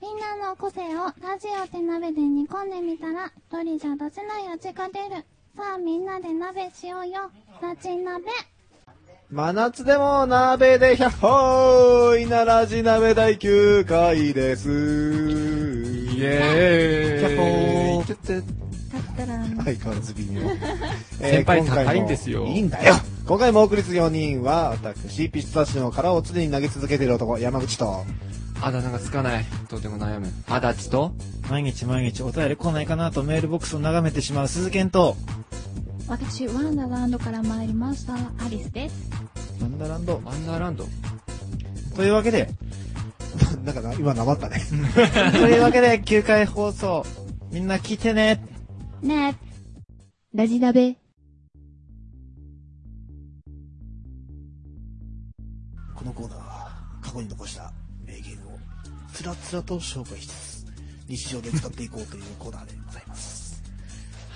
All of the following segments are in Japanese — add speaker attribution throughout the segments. Speaker 1: みんなの個性をラジオで鍋で煮込んでみたら、一人じゃ出せない味が出る。さあみんなで鍋しようよ。ラジ鍋。
Speaker 2: 真夏でも鍋で百歩いならじ鍋第9回です。
Speaker 3: イ
Speaker 2: イ
Speaker 3: エ
Speaker 2: 百
Speaker 3: ー
Speaker 2: 歩
Speaker 3: イ
Speaker 2: はい、缶ズビに は。
Speaker 3: 先輩
Speaker 2: えー今回も
Speaker 3: 高いんですよ
Speaker 2: いいんだよ。今回もお送りする4人は、私、ピスタチオの殻を常に投げ続けている男、山口と。
Speaker 3: あだ名がつかない。とても悩む。あだちと
Speaker 4: 毎日毎日お便り来ないかなとメールボックスを眺めてしまう鈴健と、
Speaker 5: 私、ワンダーランドから参りました、アリスです。
Speaker 4: ワンダーランド。
Speaker 3: ワンダーランド。
Speaker 4: というわけで、
Speaker 2: なんかな、今なまったね。
Speaker 4: というわけで9回放送、みんな聞いてね。
Speaker 1: ね
Speaker 5: ラジダベ。
Speaker 2: このコーナーは、過去に残した名言を、つらつらと紹介しつつ、日常で使っていこうというコーナーでございます。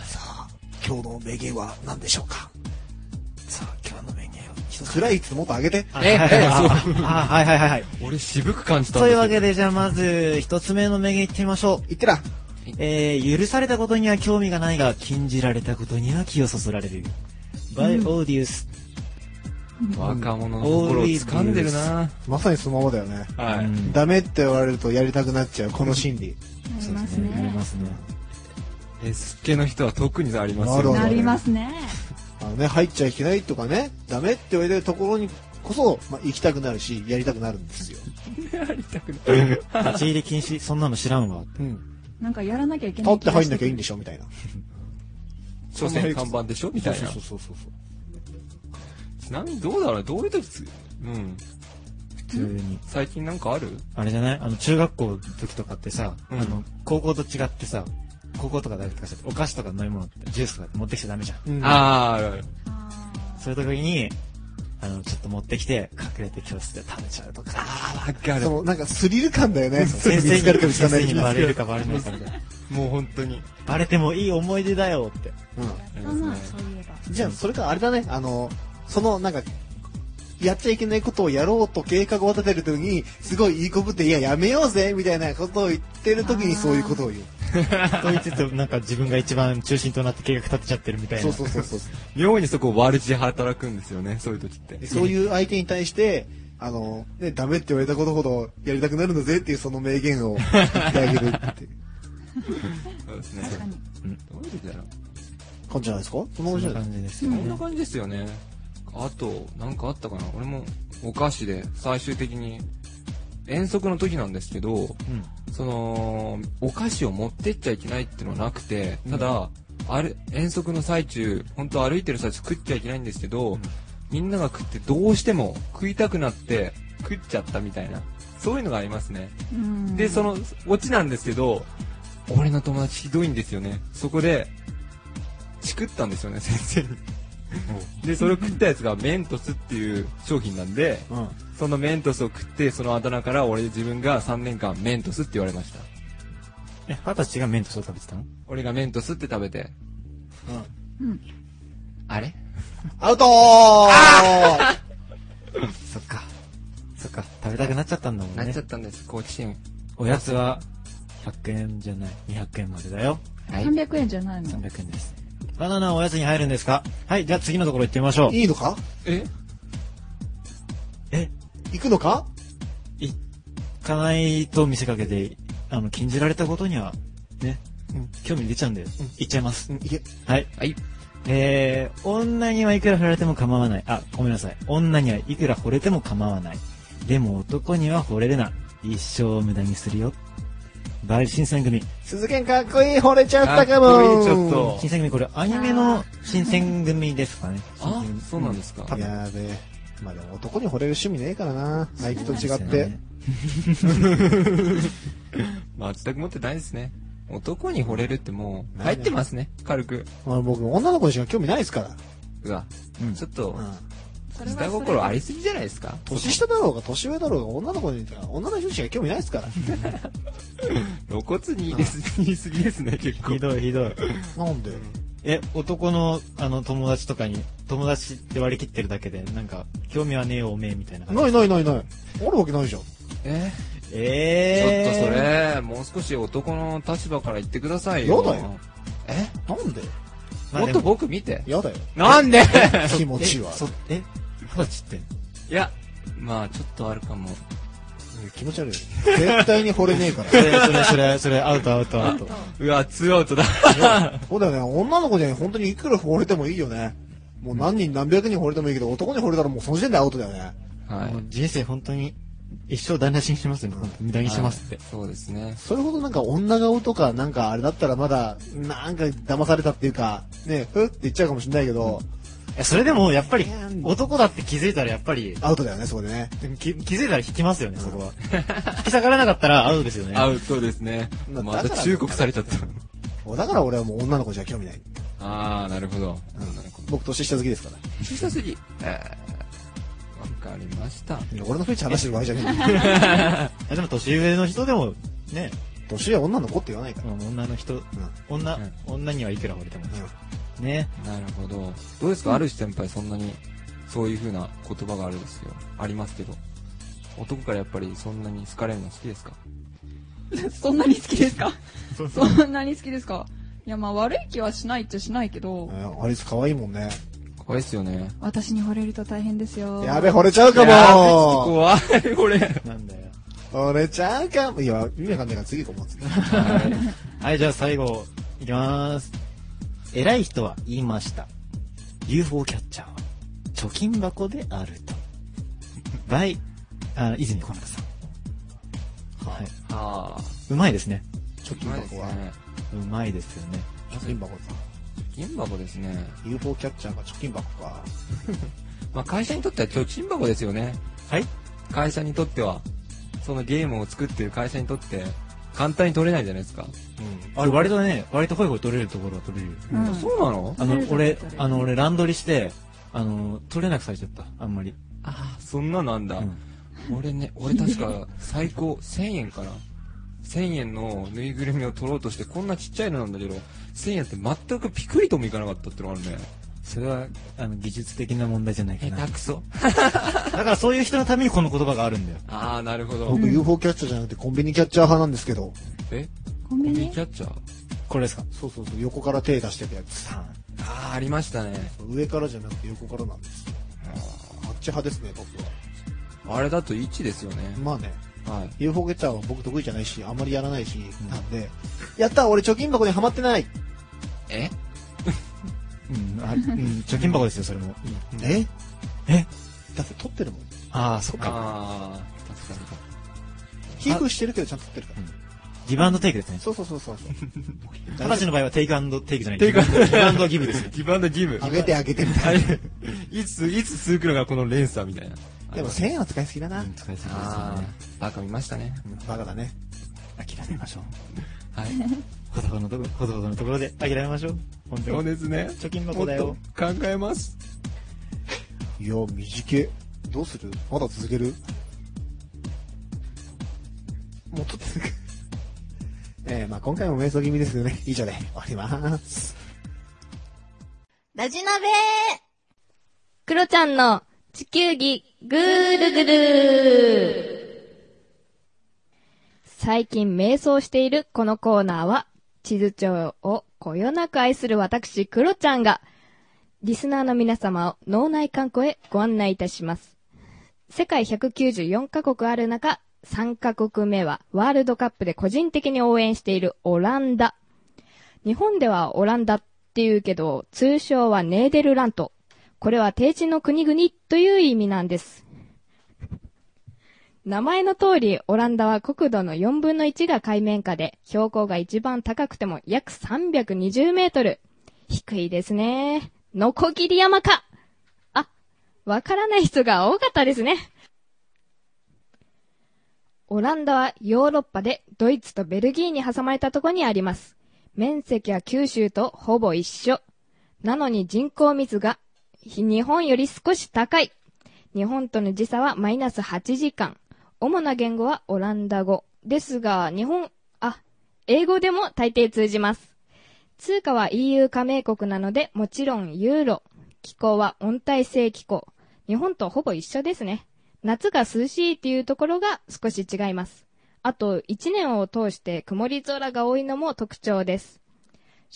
Speaker 2: さあ、今日の名言は何でしょうかさあ、今日の名言を一つ。暗いつもっと上げて。
Speaker 4: あ
Speaker 3: え
Speaker 4: はい
Speaker 3: え
Speaker 4: はいああはいはいはいはい。
Speaker 3: 俺渋く感じたん
Speaker 4: と
Speaker 3: です
Speaker 4: い
Speaker 3: よ
Speaker 4: うわけで、じゃあまず、一つ目の名言いってみましょう。
Speaker 2: いってら
Speaker 4: えー、許されたことには興味がないが、禁じられたことには気をそそられる。by odious.
Speaker 3: 若者の心を掴んでるな
Speaker 2: まさにそのままだよね。
Speaker 3: は
Speaker 4: う
Speaker 3: い。
Speaker 4: ん
Speaker 2: ダメって言われるとやりたくなっちゃう、この心理。
Speaker 1: なります
Speaker 4: なり
Speaker 1: ね。
Speaker 4: ますね。
Speaker 3: え、すっけの人は特にありますよ。
Speaker 2: なるほど
Speaker 5: なりますね。
Speaker 2: あのね、入っちゃいけないとかね、ダメって言われてるところにこそ、まあ、行きたくなるし、やりたくなるんですよ。
Speaker 4: 立ち入り禁止、そんなの知らんわ。
Speaker 2: うん。
Speaker 5: なんかやらなきゃいけな
Speaker 2: 立
Speaker 5: い。
Speaker 2: って入んなきゃいいんでしょみたいな。
Speaker 3: 所詮看板でしょみたいな。
Speaker 2: そうそうそうそう。
Speaker 3: ちなみにどうだろうどういう時つ、うん。
Speaker 4: 普通に。
Speaker 3: 最近なんかある
Speaker 4: あれじゃないあの、中学校の時とかってさ、
Speaker 3: うん
Speaker 4: あの、高校と違ってさ、高校とか大学とかさ、お菓子とか飲み物って、ジュースとかって持ってきちゃダメじゃん。
Speaker 2: うん、
Speaker 3: あーあるある。
Speaker 4: そういう時に、あの、ちょっと持ってきて、隠れて教室で食べちゃうとか。
Speaker 3: あーわか
Speaker 2: そ
Speaker 3: る。
Speaker 2: のなんかスリル感だよね。
Speaker 4: 先生
Speaker 2: 見つかるか
Speaker 4: に、
Speaker 2: 見つかんな
Speaker 4: 先
Speaker 2: い
Speaker 4: 生に
Speaker 2: か。
Speaker 4: バレるかバレないかみたいな。
Speaker 3: もう本当に。
Speaker 4: バレてもいい思い出だよって。
Speaker 1: そんな
Speaker 5: そういえば。
Speaker 2: うんじゃあ、それからあれだね、あの、そのなんか、やっちゃいけないことをやろうと計画を立てるときに、すごいいい子ぶって、いや、やめようぜみたいなことを言ってるときにそういうことを言う。
Speaker 4: と言いつつ、なんか自分が一番中心となって計画立てちゃってるみたいな。
Speaker 2: そうそうそうそう。
Speaker 3: 妙にそこ悪事働くんですよね、そういう時って
Speaker 2: で。そういう相手に対して、あの、ね、ダメって言われたことほどやりたくなるんだぜっていうその名言を言ってあげるって いう。
Speaker 3: そうですね。
Speaker 5: 確かに。
Speaker 3: どういう時だろう
Speaker 2: 感じじゃないですかその
Speaker 4: そ
Speaker 2: 面
Speaker 4: ん
Speaker 2: 白
Speaker 4: ない感じですよ
Speaker 3: こん
Speaker 4: ね
Speaker 3: な。感じですよね。あと、なんかあったかな俺もお菓子で最終的に、遠足の時なんですけど、
Speaker 4: うん。
Speaker 3: その、お菓子を持ってっちゃいけないっていうのはなくて、ただ、あれ、遠足の最中、本当歩いてる最中食っちゃいけないんですけど、みんなが食ってどうしても食いたくなって食っちゃったみたいな、そういうのがありますね。
Speaker 5: うん
Speaker 3: で、その、オチなんですけど、俺の友達ひどいんですよね。そこで、チクったんですよね、先生に。で、それを食ったやつがメントスっていう商品なんで、
Speaker 2: うん。
Speaker 3: そのメントスを食って、そのあだ名から俺自分が3年間メントスって言われました。
Speaker 4: え、二十歳が麺とそう食べてたの
Speaker 3: 俺がメントスって食べて、
Speaker 5: うん。
Speaker 3: あれ
Speaker 2: アウトー
Speaker 4: そっか。そっか。食べたくなっちゃったんだもん
Speaker 3: なっ
Speaker 4: ね
Speaker 3: ちゃ。ったんです、高知県。
Speaker 4: おやつは、100円じゃない。200円までだよ。
Speaker 3: はい。
Speaker 5: 300円じゃないの。
Speaker 4: 300円です。バナナはおやつに入るんですかはい、じゃあ次のところ行ってみましょう。
Speaker 2: いいのか
Speaker 3: え
Speaker 4: え、
Speaker 2: 行くのか
Speaker 4: 行かないと見せかけて、あの、禁じられたことには、ね、
Speaker 2: うん
Speaker 4: 興味出ちゃうんで、行っちゃいます。
Speaker 2: うん、いけ。
Speaker 4: はい。
Speaker 3: はい。
Speaker 4: えー、女にはいくら振られても構わない。あ、ごめんなさい。女にはいくら惚れても構わない。でも男には惚れるな。一生無駄にするよ。バイ新選組。
Speaker 2: 鈴健かっこいい、惚れちゃったかも
Speaker 3: かっこいいちょっと
Speaker 4: 新選組、これアニメの新選組ですかね。
Speaker 3: あそうなんですか。
Speaker 2: やべえ。まあでも男に惚れる趣味ねえからな。あいつと違っ
Speaker 4: 新選組
Speaker 2: て
Speaker 4: ね。。
Speaker 3: 全く持ってないですね。男に惚れるってもう、
Speaker 2: ない
Speaker 3: 入
Speaker 2: ね
Speaker 3: ってますね、軽く。
Speaker 2: まあ僕、女の子にしか興味ないですから。
Speaker 3: うわ、
Speaker 4: うん
Speaker 3: ちょっと
Speaker 2: う、ん。
Speaker 5: それは
Speaker 3: 下
Speaker 5: それ
Speaker 3: 心ありすぎじゃないですか
Speaker 2: 年下だろうが、年上だろうが、女の子に、女の人にしか興味ないですから。
Speaker 3: 露骨に言いす言いすぎですね、結構
Speaker 4: ひ。どいひどい。
Speaker 2: なんで
Speaker 4: え、男の、あの、友達とかに、友達って割り切ってるだけで、なんか、興味はねえよ、おめえ、みたいな感じ。
Speaker 2: ないないないない。あるわけないじゃん。
Speaker 3: えちょ
Speaker 4: え
Speaker 3: っ
Speaker 4: え
Speaker 3: とそれ、もう少し男の立場から言ってくださいよ。
Speaker 2: やだよ
Speaker 3: え
Speaker 2: なんで
Speaker 4: まあ
Speaker 3: もっ
Speaker 4: で
Speaker 3: と
Speaker 4: も
Speaker 3: 僕見て。
Speaker 2: やだよ。
Speaker 3: なんで
Speaker 2: 気持ちは
Speaker 4: え。そえ二十歳って
Speaker 3: いや、まあちょっとあるかも。
Speaker 2: うん気持ち悪い。絶対に惚れねえか
Speaker 4: そ
Speaker 2: ら。
Speaker 4: れそれそれそれアウトアウトアウト
Speaker 3: うわ、ツーアウトだ。
Speaker 2: そうだよね。女の子に本当にいくら惚れてもいいよね。もう何人何百人惚れてもいいけど、男に惚れたらもうその時点でアウトだよね。
Speaker 3: はい
Speaker 4: もう。人生本当に一生台無しにしますよ本当に無駄にしますって、
Speaker 3: はいそうですね。
Speaker 2: それほどなんか女顔とかなんかあれだったらまだ、なんか騙されたっていうか、ね、ふって言っちゃうかもしれないけど、
Speaker 4: いやそれでもやっぱり
Speaker 2: うん
Speaker 4: 男だって気づいたらやっぱり
Speaker 2: アウトだよね、そこでね。
Speaker 4: き気づいたら引きますよねそこは引き下がらなかったらアウトですよね
Speaker 3: アウトですね。
Speaker 2: まあ
Speaker 3: ま
Speaker 2: だ
Speaker 3: た
Speaker 2: から
Speaker 3: 忠告されちゃった。
Speaker 2: だから俺はもう女の子じゃ興味ない。
Speaker 3: あー、なるほど。
Speaker 2: 僕年下好きですから。
Speaker 3: 小さすぎ。えーわかりました。
Speaker 2: いや俺のフェチ話してる場合じゃねえよ。
Speaker 4: あでも年上の人でもね、
Speaker 2: 年は女の子って言わないから。
Speaker 4: まあ女の人
Speaker 2: うん。うん
Speaker 4: 女、
Speaker 3: うん
Speaker 4: 女にはいくら惚れてもね
Speaker 3: なるほど。どうですか、ある先輩そんなに、そういう風な言葉があるんですよ。ありますけど。男からやっぱりそんなに好かれるの好きですか
Speaker 5: そんなに好きですかそんなに好きですかいや、まあ悪い気はしないっちゃしないけど、
Speaker 2: うん。アリス可愛いもんね。
Speaker 3: 怖いっすよね。
Speaker 6: 私に惚れると大変ですよ。
Speaker 2: やべ、惚れちゃうかも
Speaker 3: 怖い、これ。
Speaker 4: なんだよ
Speaker 2: 惚れちゃうかもいや、意味わかんないから次行こう、次。
Speaker 4: はいじゃあ最後いきまーす偉い人は言いました UFO キャッチャーは貯金箱であると by あ泉小中さんはい
Speaker 3: ああ、
Speaker 4: うまいですね
Speaker 2: 貯
Speaker 3: う
Speaker 2: 金
Speaker 3: まいです
Speaker 2: 箱は。
Speaker 3: ね。
Speaker 4: うまいですよね
Speaker 2: 貯金箱さ。
Speaker 3: 銀箱ですね。
Speaker 2: UFO キャッチャーが貯金箱か。
Speaker 3: まあ会社にとっては貯金箱ですよね。
Speaker 4: はい
Speaker 3: 会社にとっては。そのゲームを作ってる会社にとって、簡単に取れないじゃないですか。
Speaker 4: あれ割とね割とホイホイ取れるところは取れる
Speaker 5: うん
Speaker 3: そうなの
Speaker 4: あ
Speaker 5: 取れ
Speaker 4: の
Speaker 5: るとこ
Speaker 4: 俺
Speaker 5: 取れる
Speaker 4: あの俺ランドリしてあの取れなくされちゃったあんまり
Speaker 3: ああ、そんななんだ。
Speaker 4: うん
Speaker 3: 俺ね、俺確か最高1000円かな。1000円のぬいぐるみを取ろうとして、こんなちっちゃいのなんだけど、1000円って全くピクリともいかなかったってのがあるね。
Speaker 4: それはあの技術的な問題じゃないかな
Speaker 3: 下手くそ。
Speaker 4: だからそういう人のためにこの言葉があるんだよ。
Speaker 3: ああ、なるほど
Speaker 2: 僕。UFO キャッチャーじゃなくてコンビニキャッチャー派なんですけど。
Speaker 3: え
Speaker 6: コンビ
Speaker 3: ミ
Speaker 6: ニ
Speaker 3: キャッチャー
Speaker 4: これですか
Speaker 2: そうそうそう、横から手出してるやつ。
Speaker 4: さ
Speaker 3: ああ、ありましたね。
Speaker 2: 上からじゃなくて横からなんですよ。あっち派ですね、僕は。
Speaker 3: あれだと1ですよね。
Speaker 2: まあね。
Speaker 3: はい。
Speaker 2: UFO キャッチャーは僕得意じゃないし、あんまりやらないし、なんで、やった俺貯金箱にはまってない
Speaker 3: え
Speaker 4: うん、あうん、貯金箱ですよ、それも。
Speaker 2: え
Speaker 4: え
Speaker 2: だって取ってるもん。
Speaker 4: ああ、そっか。
Speaker 3: ああ、確かに。
Speaker 2: 寄付してるけどちゃんと取ってるから。
Speaker 4: ギブアンドテイクですね。
Speaker 2: そうそうそうそうそう。
Speaker 4: 二十歳の場合はテイクアンドテイクじゃない。テイクアンド、ギブアンドギブですよ。
Speaker 3: ギブアンドギブ
Speaker 2: あげてあげてみ たいな。
Speaker 3: いつ、いつ続くのがこの連鎖みたいな。
Speaker 2: でも1000円は使いすぎだな。
Speaker 4: 使いすぎですよ
Speaker 3: あ
Speaker 4: ね。
Speaker 3: あ、バカ見ましたね。
Speaker 2: バカだね。
Speaker 4: 諦めましょう。
Speaker 3: はい。
Speaker 4: ほどほどのところ、ほどほどのところで諦めましょう。本当に。
Speaker 3: ですね。
Speaker 4: 貯金箱だよ。
Speaker 3: 考えます。
Speaker 2: いや、短い。どうするまだ続けるもっと 続く。えー、まあ今回も瞑想気味ですよね。以上で終わります。
Speaker 7: ラジナベクロちゃんの地球儀ぐーるぐる最近瞑想しているこのコーナーは、地図帳をこよなく愛する私、クロちゃんが、リスナーの皆様を脳内観光へご案内いたします。世界194カ国ある中、3カ国目はワールドカップで個人的に応援しているオランダ。日本ではオランダっていうけど、通称はネーデルラント。これは低地の国々という意味なんです。名前の通り、オランダは国土の4分の1が海面下で、標高が一番高くても約320メートル。低いですね。ノコギリ山かあ、わからない人が多かったですね。オランダはヨーロッパでドイツとベルギーに挟まれたとこにあります。面積は九州とほぼ一緒。なのに人口密が日本より少し高い。日本との時差はマイナス8時間。主な言語はオランダ語。ですが、日本、あ、英語でも大抵通じます。通貨は EU 加盟国なので、もちろんユーロ。気候は温帯性気候。日本とほぼ一緒ですね。夏が涼しいっていうところが少し違います。あと1年を通して曇り空が多いのも特徴です。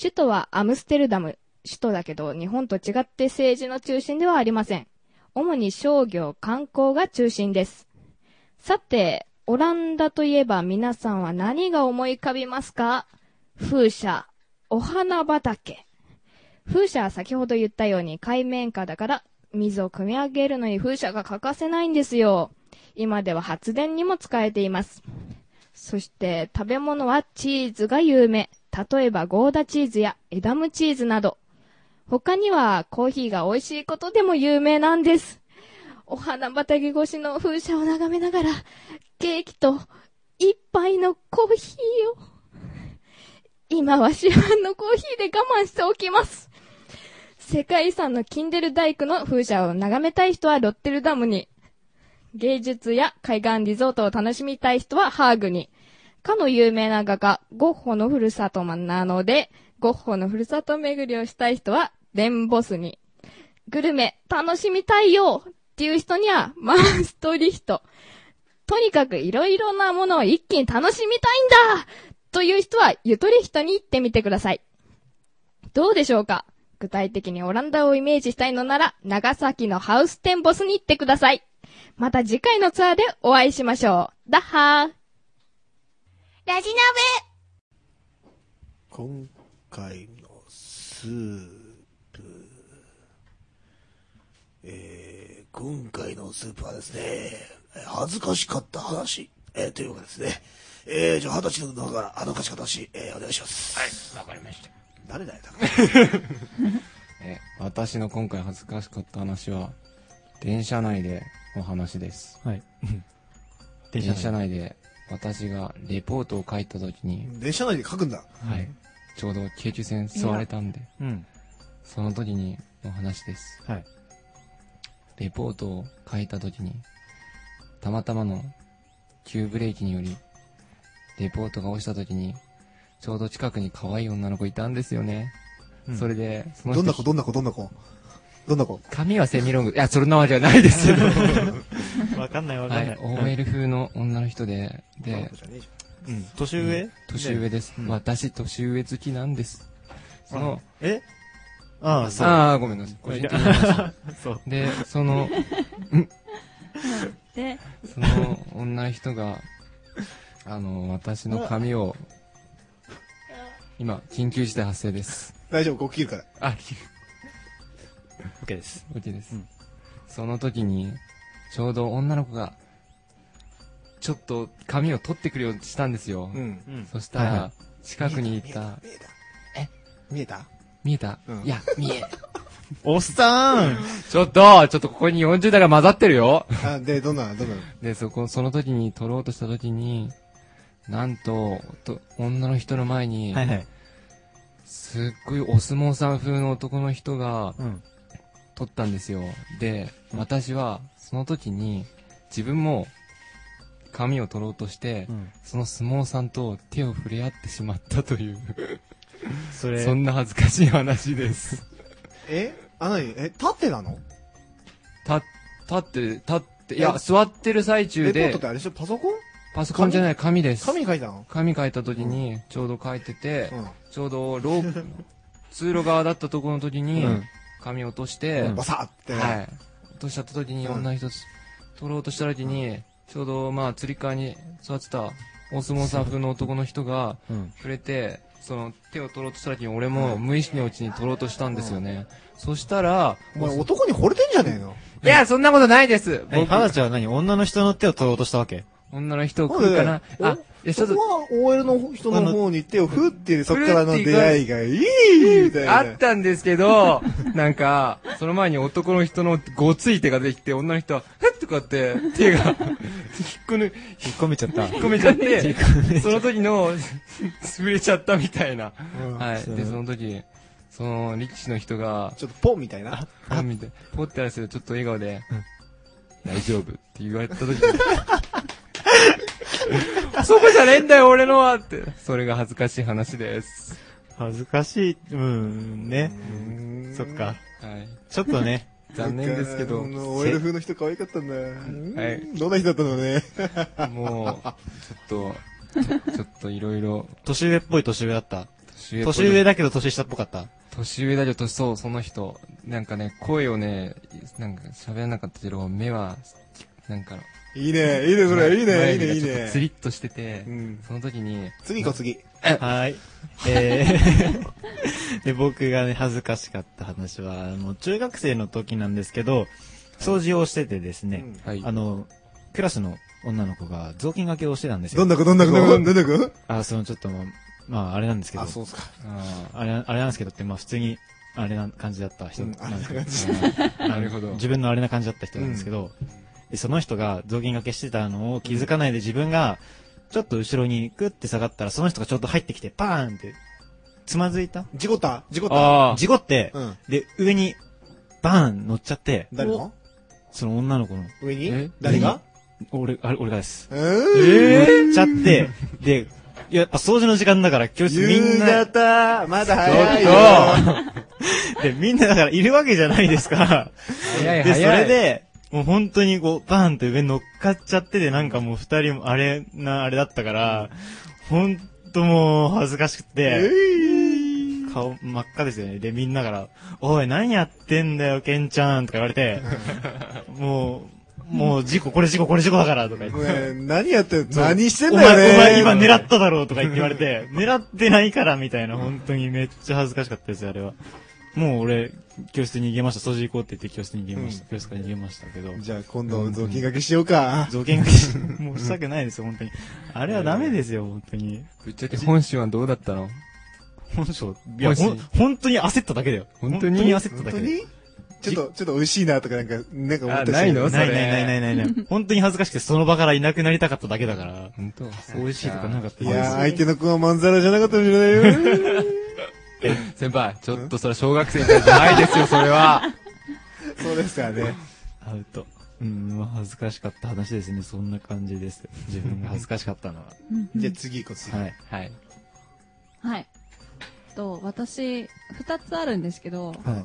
Speaker 7: 首都はアムステルダム。首都だけど日本と違って政治の中心ではありません。主に商業、観光が中心です。さて、オランダといえば皆さんは何が思い浮かびますか風車、お花畑。風車は先ほど言ったように海面下だから水を汲み上げるのに風車が欠かせないんですよ。今では発電にも使えています。そして食べ物はチーズが有名。例えばゴーダチーズやエダムチーズなど。他にはコーヒーが美味しいことでも有名なんです。お花畑越しの風車を眺めながら、ケーキと一杯のコーヒーを。今は市販のコーヒーで我慢しておきます。世界遺産のキンデルダイクの風車を眺めたい人はロッテルダムに。芸術や海岸リゾートを楽しみたい人はハーグに。かの有名な画家、ゴッホのふるさとなので、ゴッホのふるさと巡りをしたい人はデンボスに。グルメ、楽しみたいよっていう人にはマンストリヒト。とにかくいろいろなものを一気に楽しみたいんだという人はゆとり人に行ってみてください。どうでしょうか具体的にオランダをイメージしたいのなら、長崎のハウステンボスに行ってください。また次回のツアーでお会いしましょう。だっはー。
Speaker 1: ラジナ
Speaker 8: 今回のスープ、えー、今回のスープはですね、えー恥ずかしかった話、えー、というわけですね。えー、じゃあ二十歳の中から恥ずかしかった話、えー、お願いします。はい。
Speaker 3: わかりました。
Speaker 8: 誰だよ、だか
Speaker 3: え、私の今回恥ずかしかった話は、電車内での話です。
Speaker 4: はい。
Speaker 3: 電
Speaker 4: 電車
Speaker 3: 車
Speaker 4: 内。
Speaker 3: 内で私がレポートを書いた時に、
Speaker 8: ら電車内で書くんだ。
Speaker 3: はい。ちょうど京急線座れたんで、
Speaker 4: うん。
Speaker 3: その時にの話です。
Speaker 4: はい。
Speaker 3: レポートを書いた時に、たまたまの急ブレーキにより、レポートが落ちた時に、ちょうど近くに可愛い女の子いたんですよね。
Speaker 4: うん
Speaker 3: それで、その
Speaker 8: ど
Speaker 3: 人
Speaker 8: んな子、どんな子、どんな子。どんな子。
Speaker 3: 髪はセミロング。いや、それなわけはないですけど。
Speaker 4: わかんないわか
Speaker 3: は
Speaker 4: んない
Speaker 3: い。。OL 風の女の人で、で、
Speaker 4: うん。年上
Speaker 3: 年上です。
Speaker 4: うん
Speaker 3: 私、年上好きなんです。その、
Speaker 4: えああ、そう。
Speaker 3: ああー、ごめんなさい。個人的な話。
Speaker 4: そう。
Speaker 3: で、その、
Speaker 5: で、
Speaker 3: その女の人が、あの、私の髪を、今、緊急事態発生です。
Speaker 8: 大丈夫、ここ切るから。
Speaker 3: あ、
Speaker 4: OK です。
Speaker 3: OK です、
Speaker 4: うん
Speaker 3: その時に、ちょうど女の子が、ちょっと髪を取ってくるようにしたんですよ。
Speaker 8: ん。
Speaker 4: うん。
Speaker 3: そしたら、
Speaker 4: はい
Speaker 3: 近くにいた、
Speaker 8: 見えた。見えた
Speaker 3: 見えた、
Speaker 8: うん
Speaker 3: いや、見え。
Speaker 4: おっさん
Speaker 3: ちょっと、ちょっとここに40代が混ざってるよ。
Speaker 8: 見えたあ、で、どんな、どんな。
Speaker 3: で、そこ、その時に撮ろうとした時に、なんと、と女の人の前に、
Speaker 4: はいはい。
Speaker 3: すっごいお相撲さん風の男の人が
Speaker 4: うん。
Speaker 3: 撮ったんですよ。で、私は、その時に、自分も、髪を取ろうとして、
Speaker 4: うん。
Speaker 3: その相撲さんと手を触れ合ってしまったという、
Speaker 4: それ、
Speaker 3: そんな恥ずかしい話 です。
Speaker 8: えあ、なにえ、立ってなの
Speaker 3: た、立って、立って、いや、座ってる最
Speaker 8: レ
Speaker 3: 中
Speaker 8: ポート
Speaker 3: で
Speaker 8: って、あれでしょパソコン
Speaker 3: パソコンじゃない、紙です。
Speaker 8: 紙に書いたの
Speaker 3: 紙書いた時に、ちょうど書いてて、
Speaker 8: う
Speaker 3: ちょうどロープ、通路側だったところの時に
Speaker 4: うん、
Speaker 3: 髪落として、
Speaker 4: うん
Speaker 8: ん。バサって。
Speaker 3: はい。落としちゃった時に、
Speaker 8: うん
Speaker 3: 女一つ、取ろうとした時に、ちょうど、まあ、釣り革に座ってた、お相撲さん風の男の人が、
Speaker 4: うん。
Speaker 3: 触れて、その、手を取ろうとした時に、俺も無意識のうちに取ろうとしたんですよね。そしたら、
Speaker 8: お前男に惚れてんじゃねえの
Speaker 3: いや、そんなことないです
Speaker 4: え、
Speaker 3: 僕、
Speaker 4: 花ちゃんは何女の人の手を取ろうとしたわけ
Speaker 3: 女の人を食うかな
Speaker 8: お
Speaker 3: あ、いや、ちょ
Speaker 8: そ
Speaker 3: っと、
Speaker 8: こは OL の人の方に手を振って、そっからの
Speaker 3: 振るっていう
Speaker 8: 出
Speaker 3: か
Speaker 8: 会いがいいみたいな。
Speaker 3: あったんですけど、なんか、その前に男の人のごつい手ができて、女の人は、ふっとかって、手が、引っこぬ、
Speaker 4: 引っ込めちゃった。
Speaker 3: 引っ込めちゃって、その時の、潰れちゃったみたいな。
Speaker 8: うん
Speaker 3: はい。で、その時、その力士の人が、
Speaker 8: ちょっとポンみたいな。
Speaker 3: ポンみたいポってあるんですけど、ちょっと笑顔で、大丈夫って言われた時に、そこじゃねえんだよ、俺のはって。それが恥ずかしい話です。
Speaker 4: 恥ずかしい。うん、ね。そっか。
Speaker 3: はい。
Speaker 4: ちょっとね、
Speaker 3: 残念ですけど
Speaker 2: あ、のオイル風の人可愛かったんだ。
Speaker 3: はい
Speaker 2: どんな人だったのね。
Speaker 3: もう、ちょっと、ちょっといろいろ、
Speaker 4: 年上っぽい年上だった。
Speaker 3: 年上っぽい
Speaker 4: 年上だけど年下っぽかった。
Speaker 3: 年上だけど、年そう、その人。なんかね、声をね、なんか喋らなかったけど、目は、なんか、
Speaker 2: いいね、いいね、それ、いいね、いいね、いい
Speaker 3: 眉毛がちょっ
Speaker 2: ね
Speaker 3: と。ツリッとしてて、
Speaker 2: うん
Speaker 3: その時に、
Speaker 2: 次行こう、次。
Speaker 4: はい。え ー、で、僕がね、恥ずかしかった話は、あの、中学生の時なんですけど、掃除をしててですね、
Speaker 2: うん
Speaker 3: はい。
Speaker 4: あの、クラスの女の子が雑巾掛けをしてたんです
Speaker 2: ど
Speaker 4: よ
Speaker 2: ん。な子、どんな子、どんな子、どんな子
Speaker 4: あ、そのちょっとまあ、まあ、あれなんですけど、
Speaker 2: あ、そうっすか。
Speaker 3: あ
Speaker 4: あれ、あれなんですけどって、まあ、普通に、あれな感じだった人
Speaker 2: う
Speaker 4: なん
Speaker 2: んあん
Speaker 4: です
Speaker 2: な
Speaker 4: けど
Speaker 2: 感じ。
Speaker 3: ー なるほど。
Speaker 4: 自分のあれな感じだった人なんですけど、でその人が雑巾掛けしてたのを気づかないで自分が、ちょっと後ろにグッて下がったら、その人がちょっと入ってきて、パーンって、つまずいた
Speaker 2: 事故った事故った
Speaker 3: あ
Speaker 4: 事故って、
Speaker 2: うん。
Speaker 4: で、上に、バーン乗っちゃって、
Speaker 2: 誰の
Speaker 4: その女の子の、
Speaker 2: 上
Speaker 3: え
Speaker 2: に誰が
Speaker 4: 俺、あれ、俺がです。
Speaker 2: え
Speaker 4: 乗っちゃって、で、いややっぱ掃除の時間だから、教室みん
Speaker 2: 夕
Speaker 4: な、
Speaker 2: 方、まだ早いよ。
Speaker 4: ちで、みんなだからいるわけじゃないですか。
Speaker 3: ー早い
Speaker 4: で、そ
Speaker 3: 早い。
Speaker 4: れで、もう本当にこう、バーンと上に乗っかっちゃってて、なんかもう二人も、あれ、な、あれだったから、ほんともう、恥ずかしくて、顔真っ赤ですよね。で、みんなから、おい、何やってんだよ、ケンちゃんとか言われて、もう、もう事故、これ事故、これ事故だから、とか言っ
Speaker 2: お
Speaker 4: て。
Speaker 2: 前何やってん
Speaker 4: そう
Speaker 2: 何してん
Speaker 4: お
Speaker 2: だよね。
Speaker 4: 前、お前今狙っただろうとか言われて、狙ってないからみたいな、本当にめっちゃ恥ずかしかったですよ、あれは。もう俺、教室に逃げました。掃除行こうって言って教室に逃げました。教室から逃げましたけど。
Speaker 2: じゃあ今度、雑巾掛けしようか。
Speaker 4: 増減がし、もうしたくないですよ、本当に。あれはダメですよ、本当に。
Speaker 3: ぶっちゃけ本心はどうだったの
Speaker 4: 本性、いや、
Speaker 3: 本心
Speaker 4: ほん、本当に焦っただけだよ。
Speaker 3: 本当に
Speaker 4: 焦った
Speaker 2: 本
Speaker 4: だ
Speaker 2: 当
Speaker 4: けだよ。
Speaker 2: にちょっと、ちょっと美味しいなとかなんか、なんか思った
Speaker 3: あない
Speaker 2: の
Speaker 3: の
Speaker 4: ない
Speaker 3: それ
Speaker 4: ないないないないない。本当に恥ずかしくて、その場からいなくなりたかっただけだから。
Speaker 3: 本当
Speaker 4: 美味しいとかなかっ
Speaker 2: い
Speaker 4: たです
Speaker 2: やー、相手の子はまんざらじゃなかったかもしれないよ。
Speaker 3: 先輩、ちょっとそれは小学生に対してないですよ、それは。
Speaker 2: そうですからね。
Speaker 4: アウト。うん、まあ恥ずかしかった話ですね。そんな感じです。自分が恥ずかしかったのは。
Speaker 5: うん
Speaker 2: じゃあ次行こう、次。
Speaker 4: はい。
Speaker 3: はい。
Speaker 5: はい。と、私、二つあるんですけど、
Speaker 2: は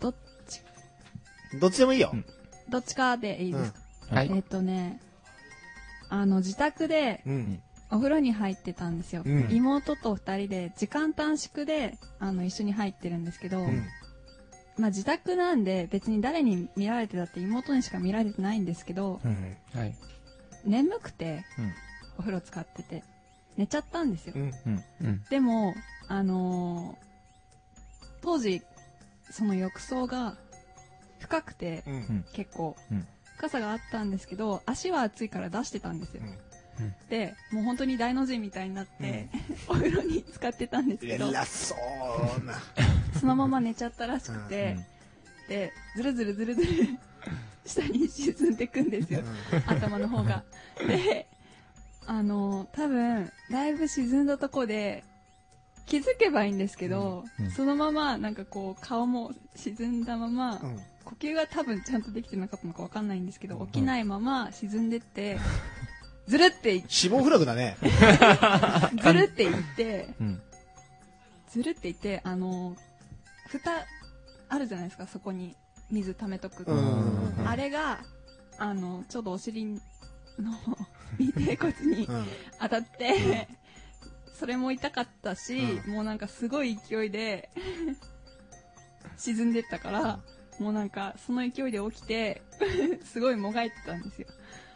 Speaker 5: どっち、
Speaker 2: どっちでもいいよ。
Speaker 5: どっちかでいいですか、
Speaker 4: うんはい
Speaker 5: えっとね、あの、自宅で
Speaker 2: うん。
Speaker 5: お風呂に入ってたんですよ。
Speaker 2: うん
Speaker 5: 妹と二人で、時間短縮で、あの、一緒に入ってるんですけど、
Speaker 2: うん
Speaker 5: まあ自宅なんで別に誰に見られてたって妹にしか見られてないんですけど、
Speaker 2: うん。
Speaker 3: はい。
Speaker 5: 眠くて、
Speaker 4: うん
Speaker 5: お風呂使ってて、寝ちゃったんですよ。
Speaker 2: うん
Speaker 3: うん。
Speaker 5: でも、あのー当時、その浴槽が深くて、
Speaker 2: うん。
Speaker 5: 結構、
Speaker 4: うん
Speaker 5: 深さがあったんですけど、足は熱いから出してたんですよ。
Speaker 3: うんうん
Speaker 5: で、もう本当に大の字みたいになって、 お風呂に使ってたんですけど、
Speaker 2: 偉そうな。
Speaker 5: そのまま寝ちゃったらしくて、で、ずるずるずるずる、 下に沈んでくんです よ。頭の方が。で、あの、多分、だいぶ沈んだとこで、気づけばいいんですけど、
Speaker 4: うんうん
Speaker 5: そのまま、なんかこう、顔も沈んだまま、
Speaker 2: うん。
Speaker 5: 呼吸が多分ちゃんとできてなかったのかわかんないんですけど、起きないまま沈んでって、ずるってい、
Speaker 2: 死亡フラグだね。
Speaker 5: ずるっていって、
Speaker 4: うん。
Speaker 5: ずるって言って、あの、蓋、あるじゃないですか、そこに。水溜めとく。
Speaker 2: うん。
Speaker 5: あれが、あの、ちょうどお尻 の尾てい骨に
Speaker 2: うん。
Speaker 5: 当たって、それも痛かったし、
Speaker 2: う
Speaker 5: もうなんかすごい勢いで沈んでったから、もうなんかその勢いで起きて、 すごいもがいてたんですよ。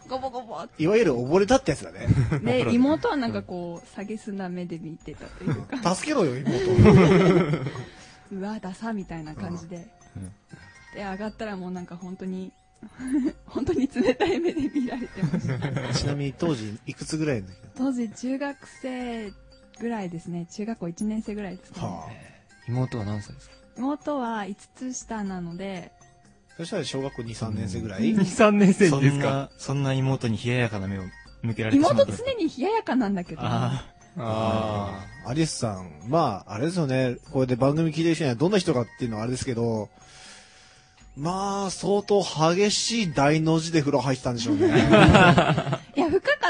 Speaker 5: ゴボゴボって
Speaker 2: いわゆる溺れたってやつだね。
Speaker 5: で、妹はなんかこう、下げすな目で見てたというか、
Speaker 2: 助けろよ、妹。
Speaker 5: うわ、ダサみたいな感じで。で、上がったらもうなんか本当に、 本当に冷たい目で見られてました。
Speaker 2: ちなみに当時、いくつぐらいの時
Speaker 5: 当時中学生ぐらいですね。中学校1年生ぐらいですね。
Speaker 2: は
Speaker 3: 妹は何歳ですか
Speaker 5: 妹は5つ下なので、
Speaker 2: あ。そしたら小学校2、3年生ぐらい
Speaker 3: ?2、3年生
Speaker 4: そ
Speaker 3: にで
Speaker 4: ん
Speaker 3: すか
Speaker 4: な、そんな妹に冷ややかな目を向けられてしまった
Speaker 5: 妹。常に冷ややかなんだけど、
Speaker 4: あ
Speaker 2: ああ、アリスさん、まあ、あれですよね、これで番組聞いてる人にはどんな人かっていうのはあれですけど、まあ、相当激しい大の字で風呂入ってたんでしょう ね。
Speaker 5: いや、深か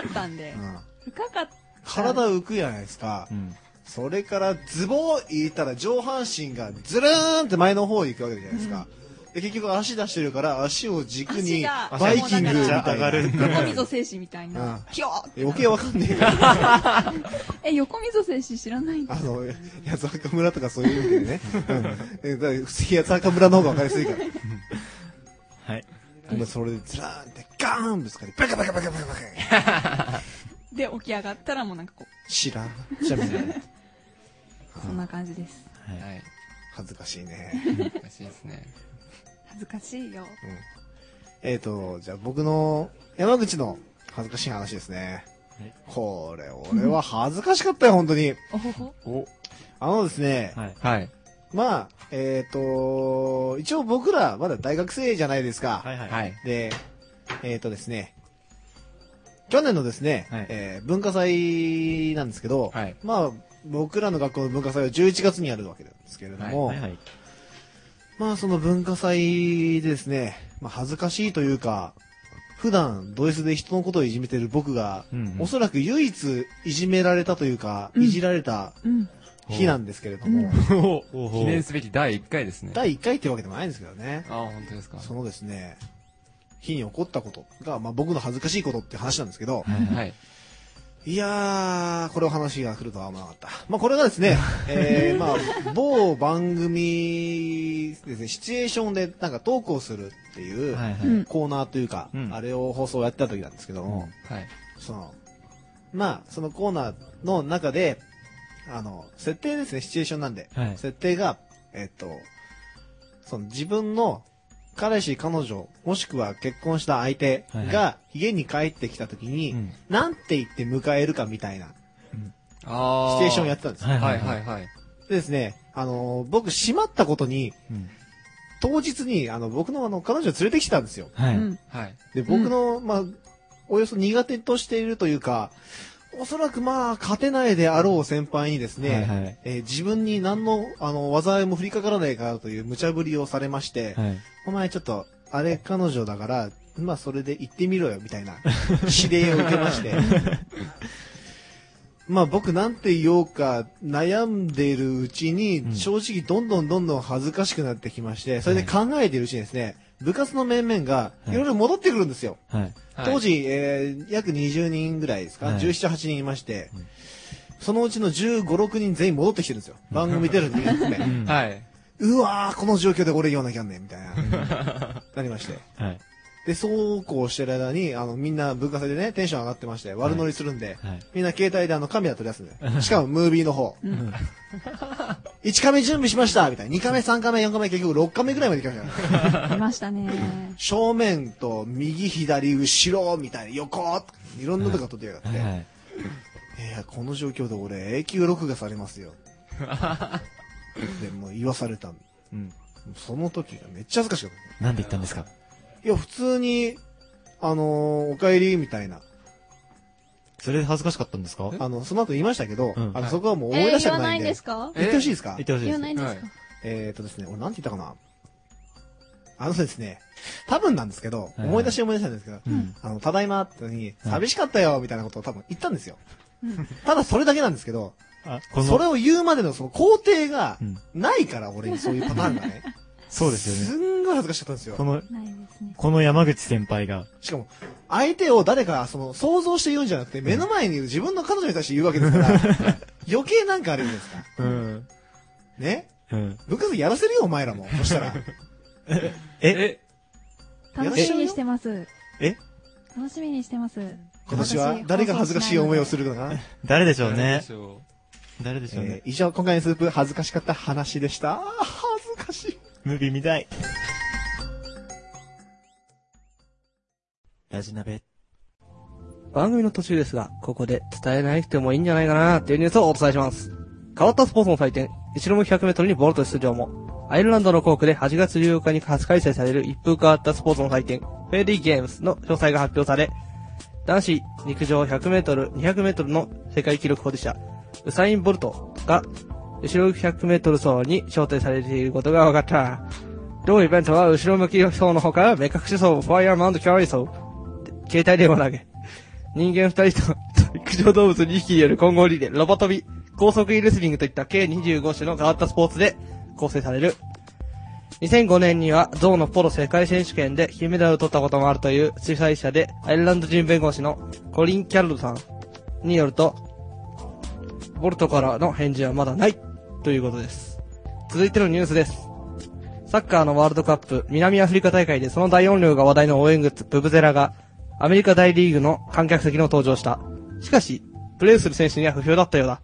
Speaker 5: ったんで
Speaker 2: う、ん
Speaker 5: 深かった。
Speaker 2: 体浮くじゃないですか
Speaker 4: あ。う。ん。
Speaker 2: それからズボンを入れたら上半身がズルーンって前の方に行くわけじゃないですか。で結局足出してるから足を軸
Speaker 5: 足
Speaker 2: に
Speaker 5: が
Speaker 2: バイキングみ
Speaker 5: もうだ
Speaker 2: た
Speaker 5: から
Speaker 2: いな
Speaker 5: 横溝静止みたいな。ひょー
Speaker 2: え余計わかんねえ よ
Speaker 5: え、横溝静止知らないんだ
Speaker 2: あの八坂村とかそういう意味でね、うんえだから普通に八坂村の方がわかりやすいから
Speaker 4: はい。
Speaker 2: 今それでズラーンってガーンぶつかってバカバカバカバカバカ
Speaker 5: で、起き上がったらもうなんかこ
Speaker 2: 知らんちなみに
Speaker 5: う、そんな感じです。
Speaker 4: はい。
Speaker 3: い。
Speaker 2: 恥ずかしいね
Speaker 3: 難しいですね。
Speaker 5: 恥ずかしいよ。
Speaker 2: えっとじゃあ僕の山口の恥ずかしい話ですね
Speaker 4: はい
Speaker 2: これ俺は恥ずかしかったよ本当に
Speaker 5: おほほ。
Speaker 3: お。
Speaker 2: あのですね、
Speaker 4: はい。
Speaker 3: はい。
Speaker 2: まあえっ、と一応僕らまだ大学生じゃないですか、
Speaker 4: はいはい。
Speaker 3: はい。
Speaker 2: で、えっ、とですね、去年のですね、
Speaker 4: はい
Speaker 2: えー文化祭なんですけど、
Speaker 3: はい
Speaker 2: まあ、僕らの学校の文化祭は11月にやるわけなんですけれども、
Speaker 4: はいはい。
Speaker 2: まあその文化祭でですね、まあ恥ずかしいというか、普段ド S で人のことをいじめてる僕が、
Speaker 4: うんうん
Speaker 2: おそらく唯一いじめられたというか、いじられた
Speaker 5: うん。
Speaker 2: 日なんですけれども、
Speaker 4: お
Speaker 3: 記念
Speaker 4: お
Speaker 3: すべき第1回ですね。
Speaker 2: 第1回ってわけでもないんですけどね、
Speaker 3: ああ、本当ですか。
Speaker 2: そのですね、日に起こったことが、まあ僕の恥ずかしいことって話なんですけど、
Speaker 3: はい。
Speaker 2: いやー、これお話が来るとは思わなかった。まあ、これがですね、えー、まあ、某番組ですね、シチュエーションでなんかトークをするっていう
Speaker 4: はいはい。
Speaker 5: うん。
Speaker 2: コーナーというか、
Speaker 4: うん
Speaker 2: あれを放送やってた時なんですけども、
Speaker 3: はい。
Speaker 2: その、まあ、そのコーナーの中で、あの、設定ですね、シチュエーションなんで。
Speaker 4: はい
Speaker 2: 設定が、えっと、その自分の彼氏、彼女、もしくは結婚した相手
Speaker 4: はい
Speaker 2: が家に帰ってきた時に、
Speaker 4: うん
Speaker 2: なんて言って迎えるかみたいな、
Speaker 3: あ
Speaker 2: シ
Speaker 3: あ。
Speaker 2: チュエーションやってたんですよ。
Speaker 4: はい
Speaker 3: はいはいはい。
Speaker 2: でですね、あのー僕、閉まったことに、
Speaker 4: うん
Speaker 2: 当日に、あの、僕のあの、彼女を連れてきたんですよ。
Speaker 4: は
Speaker 5: う
Speaker 4: い。
Speaker 5: ん。
Speaker 3: はい。
Speaker 2: で、僕の、まあ、およそ苦手としているというか、おそらくまあ、勝てないであろう先輩にですね、
Speaker 4: はいはい
Speaker 2: えー自分に何の、あの、技も振りかからないからという無茶ぶりをされまして、
Speaker 4: はい。
Speaker 2: お前ちょっと、あれ彼女だから、まあそれで行ってみろよ、みたいな指令を受けま して。まあ僕なんて言おうか悩んでるうち
Speaker 4: ん
Speaker 2: に、正直どんどんどんどん恥ずかしくなってきまして、それで考えてるうちにですね、部活の面々が
Speaker 4: はい
Speaker 2: いろいろ戻ってくるんですよ。
Speaker 4: はい。
Speaker 2: 当時、えー約20人ぐらいですか、
Speaker 4: はい
Speaker 2: 17、8人いまして
Speaker 4: うん、
Speaker 2: そのうちの15、6人全員戻ってきてるんですよ。番組出るのに含め。
Speaker 4: うん
Speaker 3: はい。はい。
Speaker 2: うわー、この状況で俺言わなきゃねん、みたいな、 なりまして。
Speaker 4: はい。
Speaker 2: で、そうこうしてる間に、あの、みんな文化祭でね、テンション上がってまして、悪乗りするんで、
Speaker 4: はい。
Speaker 2: みんな携帯であの、カメラ取り出すんで、しかもムービーの方。1カメ準備しましたみたいな。2カメ、3カメ、4カメ、結局6カメぐらいまで行きま したから。
Speaker 5: いましたね。
Speaker 2: 正面と右、左、後ろ、みたいな、横いろんなとこ撮ってやがって。
Speaker 4: はい。
Speaker 2: いや、この状況で俺、永久録画されます よ。で、もう言わされたの
Speaker 4: うん。
Speaker 2: その時がめっちゃ恥ずかしかった。
Speaker 4: なんて言ったんですか
Speaker 2: いや、普通に、あのーお帰り、みたいな。
Speaker 4: それで恥ずかしかったんですか
Speaker 2: あの、その後言いましたけど、
Speaker 4: うん
Speaker 2: あ
Speaker 3: は
Speaker 2: の、
Speaker 3: い
Speaker 2: そこはもう思い
Speaker 9: え
Speaker 2: 出
Speaker 9: ー、
Speaker 2: した
Speaker 9: 言わ
Speaker 2: くな
Speaker 9: ないい
Speaker 2: ん
Speaker 9: ん
Speaker 2: で。
Speaker 9: ですか
Speaker 2: 言ってほしいですか
Speaker 4: 言ってほしい
Speaker 9: 言わ
Speaker 4: です
Speaker 9: な。いんですか
Speaker 2: えーっとですね、俺なんて言ったかなあのですね、多分なんですけど、
Speaker 4: いはい
Speaker 2: 思い出し思い出したんですけど、
Speaker 4: うん
Speaker 2: あの、ただいまってのに、
Speaker 4: うん
Speaker 2: 寂しかったよ、みたいなことを多分言ったんですよ。ただそれだけなんですけど、
Speaker 4: あ、こ
Speaker 2: それ
Speaker 4: の、
Speaker 2: を言うまでのその工程が
Speaker 4: うん
Speaker 2: ないから、俺にそういうパターンがね。
Speaker 4: そうですよね。
Speaker 2: すんごい恥ずかしかったんですよ
Speaker 4: こ。の、
Speaker 5: ないですね。
Speaker 4: この山口先輩が、
Speaker 2: しかも、相手を誰か、その、想像して言うんじゃなくて、目の前にいる自分の彼女に対して言うわけです から、余計なんかあるじゃないですか。
Speaker 4: うん。
Speaker 2: ね
Speaker 4: うん。
Speaker 2: 部活やらせるよ、お前らも。そした ら。
Speaker 4: え
Speaker 3: え、
Speaker 5: 楽しみにしてます。
Speaker 4: え
Speaker 5: 楽しみにしてます。
Speaker 2: 今年は誰が恥ずかしい思いをするのかな、
Speaker 4: 誰でしょう
Speaker 3: 誰
Speaker 4: ね
Speaker 3: でしょ
Speaker 4: 誰でしょう
Speaker 2: えー
Speaker 4: ね
Speaker 2: 以上、今回のスープ、恥ずかしかった話でした。あー恥ずかしい。
Speaker 4: ムービー見たい。ラジ鍋。
Speaker 10: 番組の途中ですが、ここで伝えなくてもいいんじゃないかなっていうニュースをお伝えします。変わったスポーツの祭典、一目100メートルにボルト出場も、アイルランドのコークで8月14日に初開催される一風変わったスポーツの祭典、フェリーゲームスの詳細が発表され、男子陸上100メートル、200メートルの世界記録保持者、ウサイン・ボルトが、後ろ100メートル走に招待されていることが分かった。同イベントは後ろ向き走のほか、目隠し走、ファイアーマウントキャリー走、携帯電話投げ、人間二人と陸上動物2匹による混合リレー、ロボ飛び、高速イレスリングといった計25種の変わったスポーツで構成される。 2005年にはゾウのポロ世界選手権で金メダルを取ったこともあるという主催者でアイルランド人弁護士のコリン・キャロルさんによると、ボルトからの返事はまだないということです。続いてのニュースです。サッカーのワールドカップ南アフリカ大会でその大音量が話題の応援グッズブブゼラがアメリカ大リーグの観客席の登場した。しかし、プレーする選手には不評だったようだ。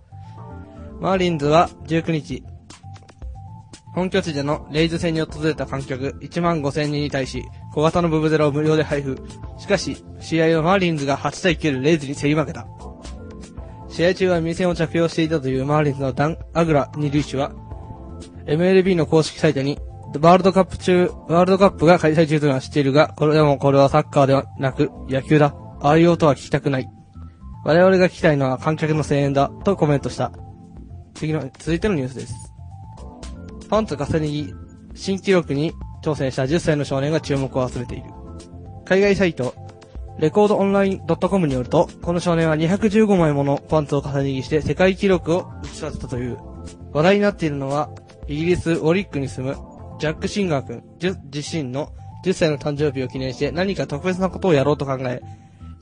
Speaker 10: マーリンズは19日、本拠地でのレイズ戦に訪れた観客1万5000人に対し、小型のブブゼラを無料で配布。しかし、試合はマーリンズが8対9でレイズに競り負けた。試合中は耳栓を着用していたというマーリンズのダン・アグラ二塁手は、MLB の公式サイトに、ワールドカップ中、ワールドカップが開催中というのは知っているが、これでもこれはサッカーではなく野球だ。ああいう音は聞きたくない。我々が聞きたいのは観客の声援だ、とコメントした。次の、続いてのニュースです。パンツ重ね着、新記録に挑戦した10歳の少年が注目を集めている。海外サイト、レコードオンライン .com によると、この少年は215枚ものパンツを重ね着して世界記録を打ち立てたという。話題になっているのは、イギリス・ウォリックに住むジャック・シンガー君じゅ自身の10歳の誕生日を記念して何か特別なことをやろうと考え、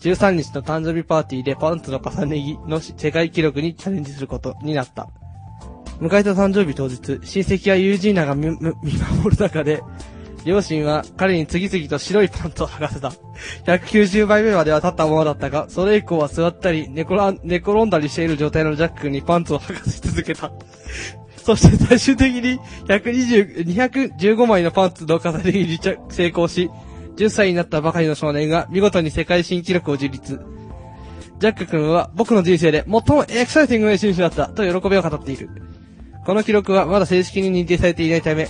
Speaker 10: 13日の誕生日パーティーでパンツの重ね着の世界記録にチャレンジすることになった。迎えた誕生日当日、親戚や友人らが見む見守る中で、両親は彼に次々と白いパンツを剥がせた。190枚目までは立ったままだったが、それ以降は座ったり寝転ん、寝転んだりしている状態のジャックにパンツを剥がし続けた。そして最終的に120 215枚のパンツの重ね着に着成功し、10歳になったばかりの少年が見事に世界新記録を樹立。ジャック君は僕の人生で最もエキサイティングな選手だったと喜びを語っている。この記録はまだ正式に認定されていないため、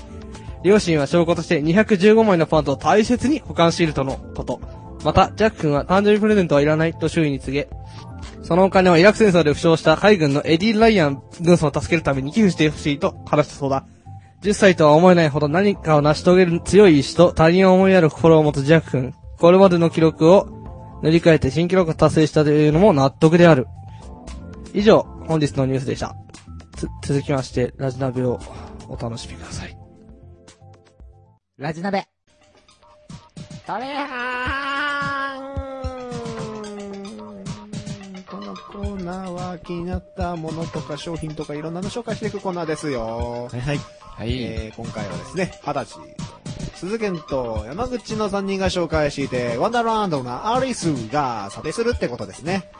Speaker 10: 両親は証拠として215枚のパンツを大切に保管しているとのこと。また、ジャック君は誕生日プレゼントはいらないと周囲に告げ、そのお金をイラク戦争で負傷した海軍のエディ・ライアン軍曹を助けるために寄付してほしいと話したそうだ。10歳とは思えないほど何かを成し遂げる強い意志と他人を思いやる心を持つジャック君。これまでの記録を塗り替えて新記録を達成したというのも納得である。以上、本日のニュースでした。つ、続きまして、ラジナビをお楽しみください。
Speaker 11: ラジナベ。トレハ
Speaker 2: このコーナーは気になったものとか商品とかいろんなの紹介していくコーナーですよ。
Speaker 4: はいはい。
Speaker 3: はい。
Speaker 2: えー今回はですね、二十歳と、鈴賢と山口の3人が紹介していて、ワンダーランドのアリスが査定するってことですね。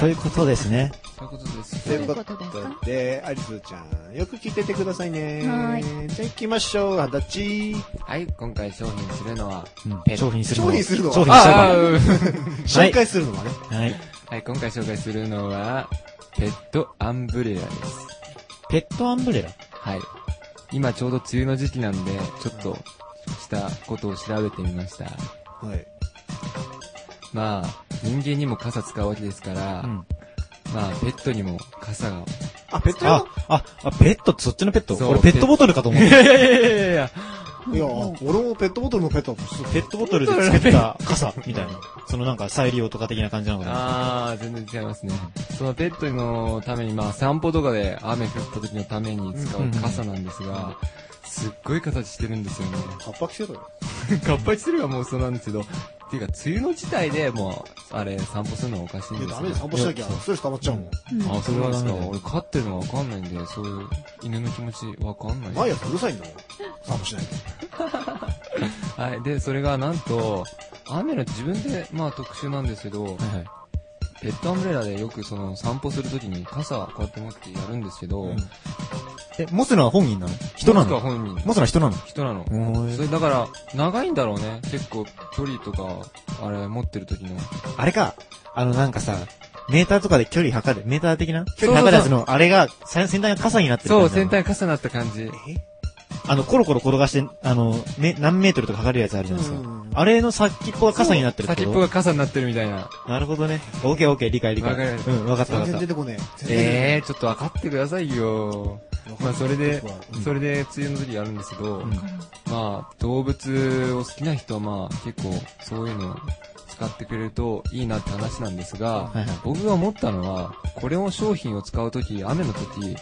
Speaker 4: そういうことですね。
Speaker 3: そういうことです。
Speaker 2: というこ
Speaker 9: そういうことです
Speaker 2: とで、アリスちゃん、よく聞いててくださいね。
Speaker 9: は
Speaker 2: じゃあ行きましょう、二十歳。
Speaker 3: はい、今回商品するのは、
Speaker 4: う
Speaker 3: ペ
Speaker 4: ん、
Speaker 3: ッ
Speaker 4: 商品するの
Speaker 2: 商品するのは
Speaker 4: 商品しち
Speaker 3: あ
Speaker 4: ゃ
Speaker 3: あ
Speaker 4: う
Speaker 3: うん
Speaker 2: 紹介するのはね。
Speaker 4: から。はい。
Speaker 3: はい、今回紹介するのは、ペットアンブレラです。
Speaker 4: ペットアンブレラ。
Speaker 3: はい。今ちょうど梅雨の時期なんで、ちょっとしたことを調べてみました。
Speaker 2: はい。
Speaker 3: まあ、人間にも傘使うわけですから、
Speaker 4: うん
Speaker 3: まあ、ペットにも傘が。
Speaker 2: あ、ペット
Speaker 4: あ
Speaker 2: 用、
Speaker 4: あ、あ、ペット、そっちのペット
Speaker 3: そう
Speaker 4: 俺ペットボトルかと思っ
Speaker 3: い
Speaker 4: た。
Speaker 3: やいやいやいや
Speaker 2: いや、俺もペットボトルのペットだと思って
Speaker 4: ペットボトルで作った傘 みたいな。そのなんか再利用とか的な感じなのかな。
Speaker 3: あー、全然違いますね。そのペットのために、まあ、散歩とかで雨降った時のために使う傘なんですが、すっごい形してるんですよね。
Speaker 2: た。圧迫してたよ。
Speaker 3: 合敗するはもうそうなんですけど、っていうか、梅雨の事態でもう、あれ、散歩するのはおかしいん
Speaker 2: いや、
Speaker 3: です
Speaker 2: ダ
Speaker 3: よ
Speaker 2: メで散歩しなきゃ、ストレス溜まっちゃうもん。
Speaker 3: あ、そうなんですか。
Speaker 4: そうなんだ
Speaker 3: 俺、飼ってるのわかんないんで、そういう犬の気持ちわかんない。
Speaker 2: 毎朝うるさいんだもん。散歩しないと。
Speaker 3: はい。で、それがなんと、雨の自分で、まあ特殊なんですけど、
Speaker 4: はいはい。
Speaker 3: ペットアンブレラでよくその散歩するときに傘こうやって持ってやるんですけど、
Speaker 4: うんえ、モスラは本人なの人な
Speaker 3: もしくは
Speaker 4: の
Speaker 3: 本人。
Speaker 4: モスラ人なの
Speaker 3: 人なの。
Speaker 4: おー
Speaker 3: それだから、長いんだろうね。結構、距離とか、あれ、持ってる時の。
Speaker 4: あれか、あのなんかさ、メーターとかで距離測る、メーター的な
Speaker 3: うそ
Speaker 4: 距
Speaker 3: う
Speaker 4: 離測るやつの、あれが、さ先端が傘になってる
Speaker 3: そう、
Speaker 4: 感じな
Speaker 3: 先
Speaker 4: の
Speaker 3: 端傘になった感じ。
Speaker 4: あの、コロコロ転がして、あの、め何メートルとか測るやつあるじゃないですか。あれの先っぽが傘になってるって
Speaker 3: 先っぽ
Speaker 4: こと
Speaker 3: が傘になってるみたいな。
Speaker 4: なるほどね。オッケーオッケー、理解理解。
Speaker 3: わかる
Speaker 4: うん、わかったわ
Speaker 2: 全然
Speaker 4: かっ
Speaker 2: 出
Speaker 4: た。
Speaker 2: てこねえ。全然出てこね
Speaker 3: ええー、ちょっと分かってくださいよ。
Speaker 2: え
Speaker 3: まあ、それで
Speaker 2: 僕は、
Speaker 3: それで、梅雨の時やるんですけど、
Speaker 4: うん
Speaker 3: まあ、動物を好きな人は、まあ、結構、そういうのを好使ってくれるといいなって話なんですが、
Speaker 4: はいはい
Speaker 3: 僕が思ったのは、これを商品を使うとき、雨のとき、
Speaker 4: うん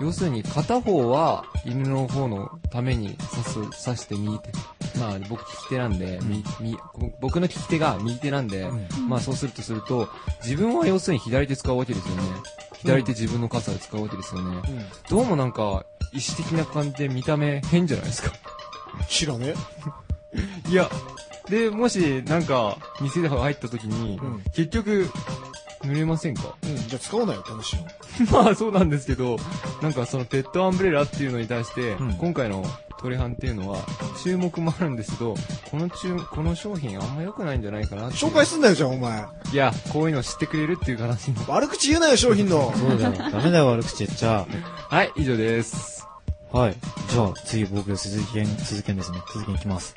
Speaker 3: 要するに片方は犬の方のために刺す、刺して右手。まあ僕利き手なんで、みみ僕の利き手が右手なんで、まあそうするとすると、自分は要するに左手使うわけですよね。左手自分の傘で使うわけですよね。どうもなんか、意思的な感じで見た目変じゃないですか。
Speaker 2: 知らね
Speaker 3: いや、で、もし、なんか、店で入った時に、
Speaker 2: うん
Speaker 3: 結局、濡れませんか
Speaker 2: うん、じゃあ使わないよ、楽しいよ。
Speaker 3: まあ、そうなんですけど、なんかそのペットアンブレラっていうのに対して、
Speaker 4: うん
Speaker 3: 今回のトレハンっていうのは、注目もあるんですけど、この注、この商品あんま良くないんじゃないかなっていう
Speaker 2: 紹介すんなよ、じゃあ、お前。
Speaker 3: いや、こういうの知ってくれるっていう話に。
Speaker 2: 悪口言うなよ、商品の。
Speaker 4: そうだよ。ダメだよ、悪口言っちゃ。
Speaker 3: はい、以上です。
Speaker 4: はい。じゃあ、次僕、鈴木健、鈴木健ですね。鈴木健いきます。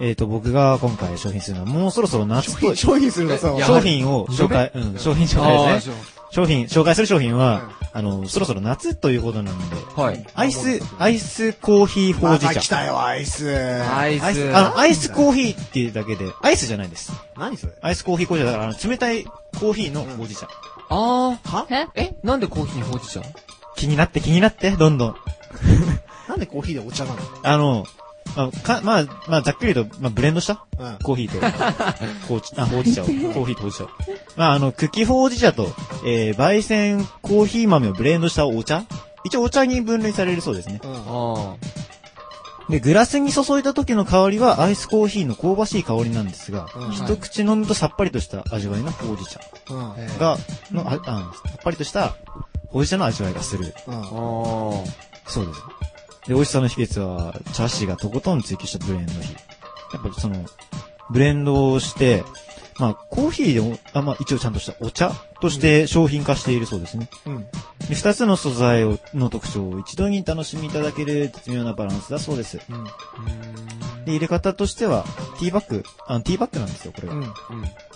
Speaker 4: えっ、と、僕が今回商品するのは、もうそろそろ夏っぽい。
Speaker 2: 商品するのさ
Speaker 3: い、や
Speaker 4: 商品を紹介、うん、商品紹介ですね。
Speaker 3: ね。
Speaker 4: 商品、紹介する商品は、あの、そろそろ夏ということなので、
Speaker 3: はい。
Speaker 4: アイス、アイスコーヒーほ
Speaker 2: ま
Speaker 4: うじ
Speaker 2: た来
Speaker 4: 茶。
Speaker 2: たよ、アイス。
Speaker 3: アイ
Speaker 4: アイ
Speaker 3: ス
Speaker 4: ス、。あの、アイスコーヒーっていうだけで、アイスじゃないです。
Speaker 2: 何それ
Speaker 4: アイスコーヒー紅茶だから、あの冷たいコーヒーのほうじ茶。
Speaker 3: あ
Speaker 2: は
Speaker 3: ー。ええなんでコーヒーに放置じゃん
Speaker 4: 気になって気になって、どんどん。
Speaker 2: なんでコーヒーでお茶なの
Speaker 4: あの、まあ、かまあ、まあ、ざっくりと、まあ、ブレンドした
Speaker 2: うん。
Speaker 4: コーヒーと、 ほうじ、あ、ほうじ茶を。コーヒーとほうじ茶を。まあ、あの、茎ほうじ茶と、えー、焙煎コーヒー豆をブレンドしたお茶一応お茶に分類されるそうですね。
Speaker 2: うん。
Speaker 3: あ
Speaker 4: で、グラスに注いだ時の香りはアイスコーヒーの香ばしい香りなんですが、
Speaker 2: うん
Speaker 4: 一口飲むとさっぱりとした味わいのほうじ茶
Speaker 2: うん。
Speaker 3: ー。
Speaker 4: が、の、あ、あさっぱりとしたほうじ茶の味わいがする。
Speaker 3: あー。
Speaker 4: そうです。で、美味しさの秘訣は、チャーシーがとことん追求したブレンド比。やっぱその、ブレンドをして、まあ、コーヒーでも、あまあ、一応ちゃんとしたお茶として商品化しているそうですね。
Speaker 2: うん。
Speaker 4: で二つの素材をの特徴を一度に楽しみいただける絶妙なバランスだそうです。
Speaker 2: うん。
Speaker 4: で、入れ方としては、ティーバッグ、あの、ティーバッグなんですよ、これが。
Speaker 2: うん。
Speaker 3: うん。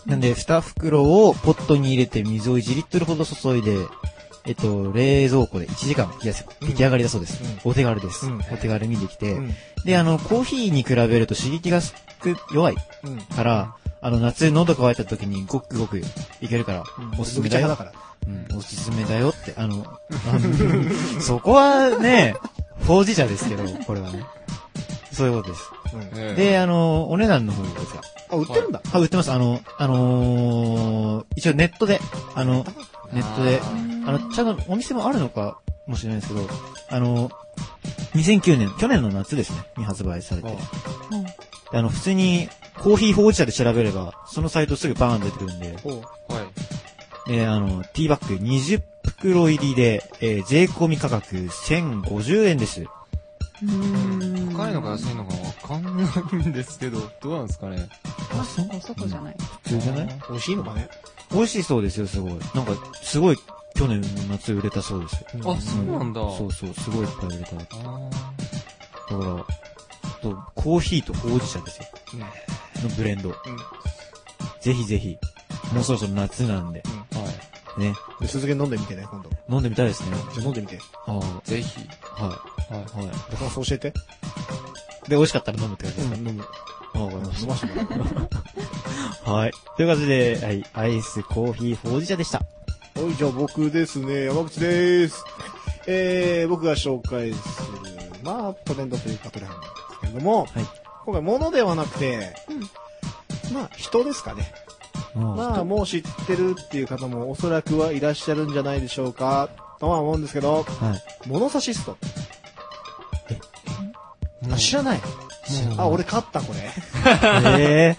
Speaker 4: なんで、二袋をポットに入れて水を1リットルほど注いで、えっと、冷蔵庫で1時間冷やせば出来上がりだそうです。お手軽です、
Speaker 2: うん
Speaker 4: お手軽にできて、
Speaker 2: うん
Speaker 4: で、あの、コーヒーに比べると刺激が少弱い
Speaker 2: うん。
Speaker 4: から、あの、夏喉乾いた時にごくごくいけるから、おすすめだよ
Speaker 2: だ。から。
Speaker 4: うんおすすめだよって、あ の、あのそこはね、ほうじ茶ですけど、これはね。そういうことです。
Speaker 2: うん。
Speaker 3: ええ
Speaker 4: で、あの、お値段の方ですが。
Speaker 2: あ、売ってるんだ。
Speaker 4: あ、売ってます。あの、あのー一応ネットで、あの、ネットで、あの、ちゃんとお店もあるのかもしれないですけど、あの、2009年、去年の夏ですね、に発売されて。あの、普通に、コーヒーほうじ茶で調べれば、そのサイトすぐバーン出てくるんで、
Speaker 2: ほう。
Speaker 3: はい。
Speaker 4: で、あの、ティーバッグ20袋入りで、えー税込み価格1050円です。
Speaker 3: 高いのか安いのかわかんないんですけど、どうなんですかね。
Speaker 5: あ、そこそこじゃない。
Speaker 4: 普通じゃない
Speaker 2: 美味しいのかね
Speaker 4: 美味しいそうですよ、すごい。なんか、すごい、去年の夏売れたそうです。
Speaker 3: あそうなんだ
Speaker 4: そうそう、すごいいっぱい売れた。だか
Speaker 3: あ
Speaker 4: ら、とコーヒーとほうじ茶ですよ。のブレンド。ぜひぜひ。もうそろそろ夏なんで。
Speaker 3: あ。は
Speaker 4: ね。
Speaker 2: で鈴木飲んでみてね、今度。
Speaker 4: 飲んでみたいですね。
Speaker 2: じゃあ飲んでみて。
Speaker 4: あ
Speaker 3: い。ぜひ。
Speaker 4: あ、はい。
Speaker 3: はい。
Speaker 4: はい。
Speaker 2: 感想教えて。
Speaker 4: で、美味しかったら飲むって感じですか、
Speaker 2: 飲む。
Speaker 4: あわかりまし
Speaker 2: 飲ましてもらう。
Speaker 4: た。はい。という感じで、はい。アイス、コーヒー、ほうじ茶でした。
Speaker 2: はい、じゃあ僕ですね、山口です。 えー、僕が紹介する、まあ、トレンドというかトレンドなんですけれども、
Speaker 4: はい
Speaker 2: 今回物ではなくて、まあ、人ですかね。
Speaker 4: ま
Speaker 2: まあ、もう知ってるっていう方もおそらくはいらっしゃるんじゃないでしょうか、とは思うんですけど、
Speaker 4: あ、はい。
Speaker 2: 物差しスト。
Speaker 4: も
Speaker 2: あ、
Speaker 4: う
Speaker 2: 知らない。あ、俺買った、これ。
Speaker 4: え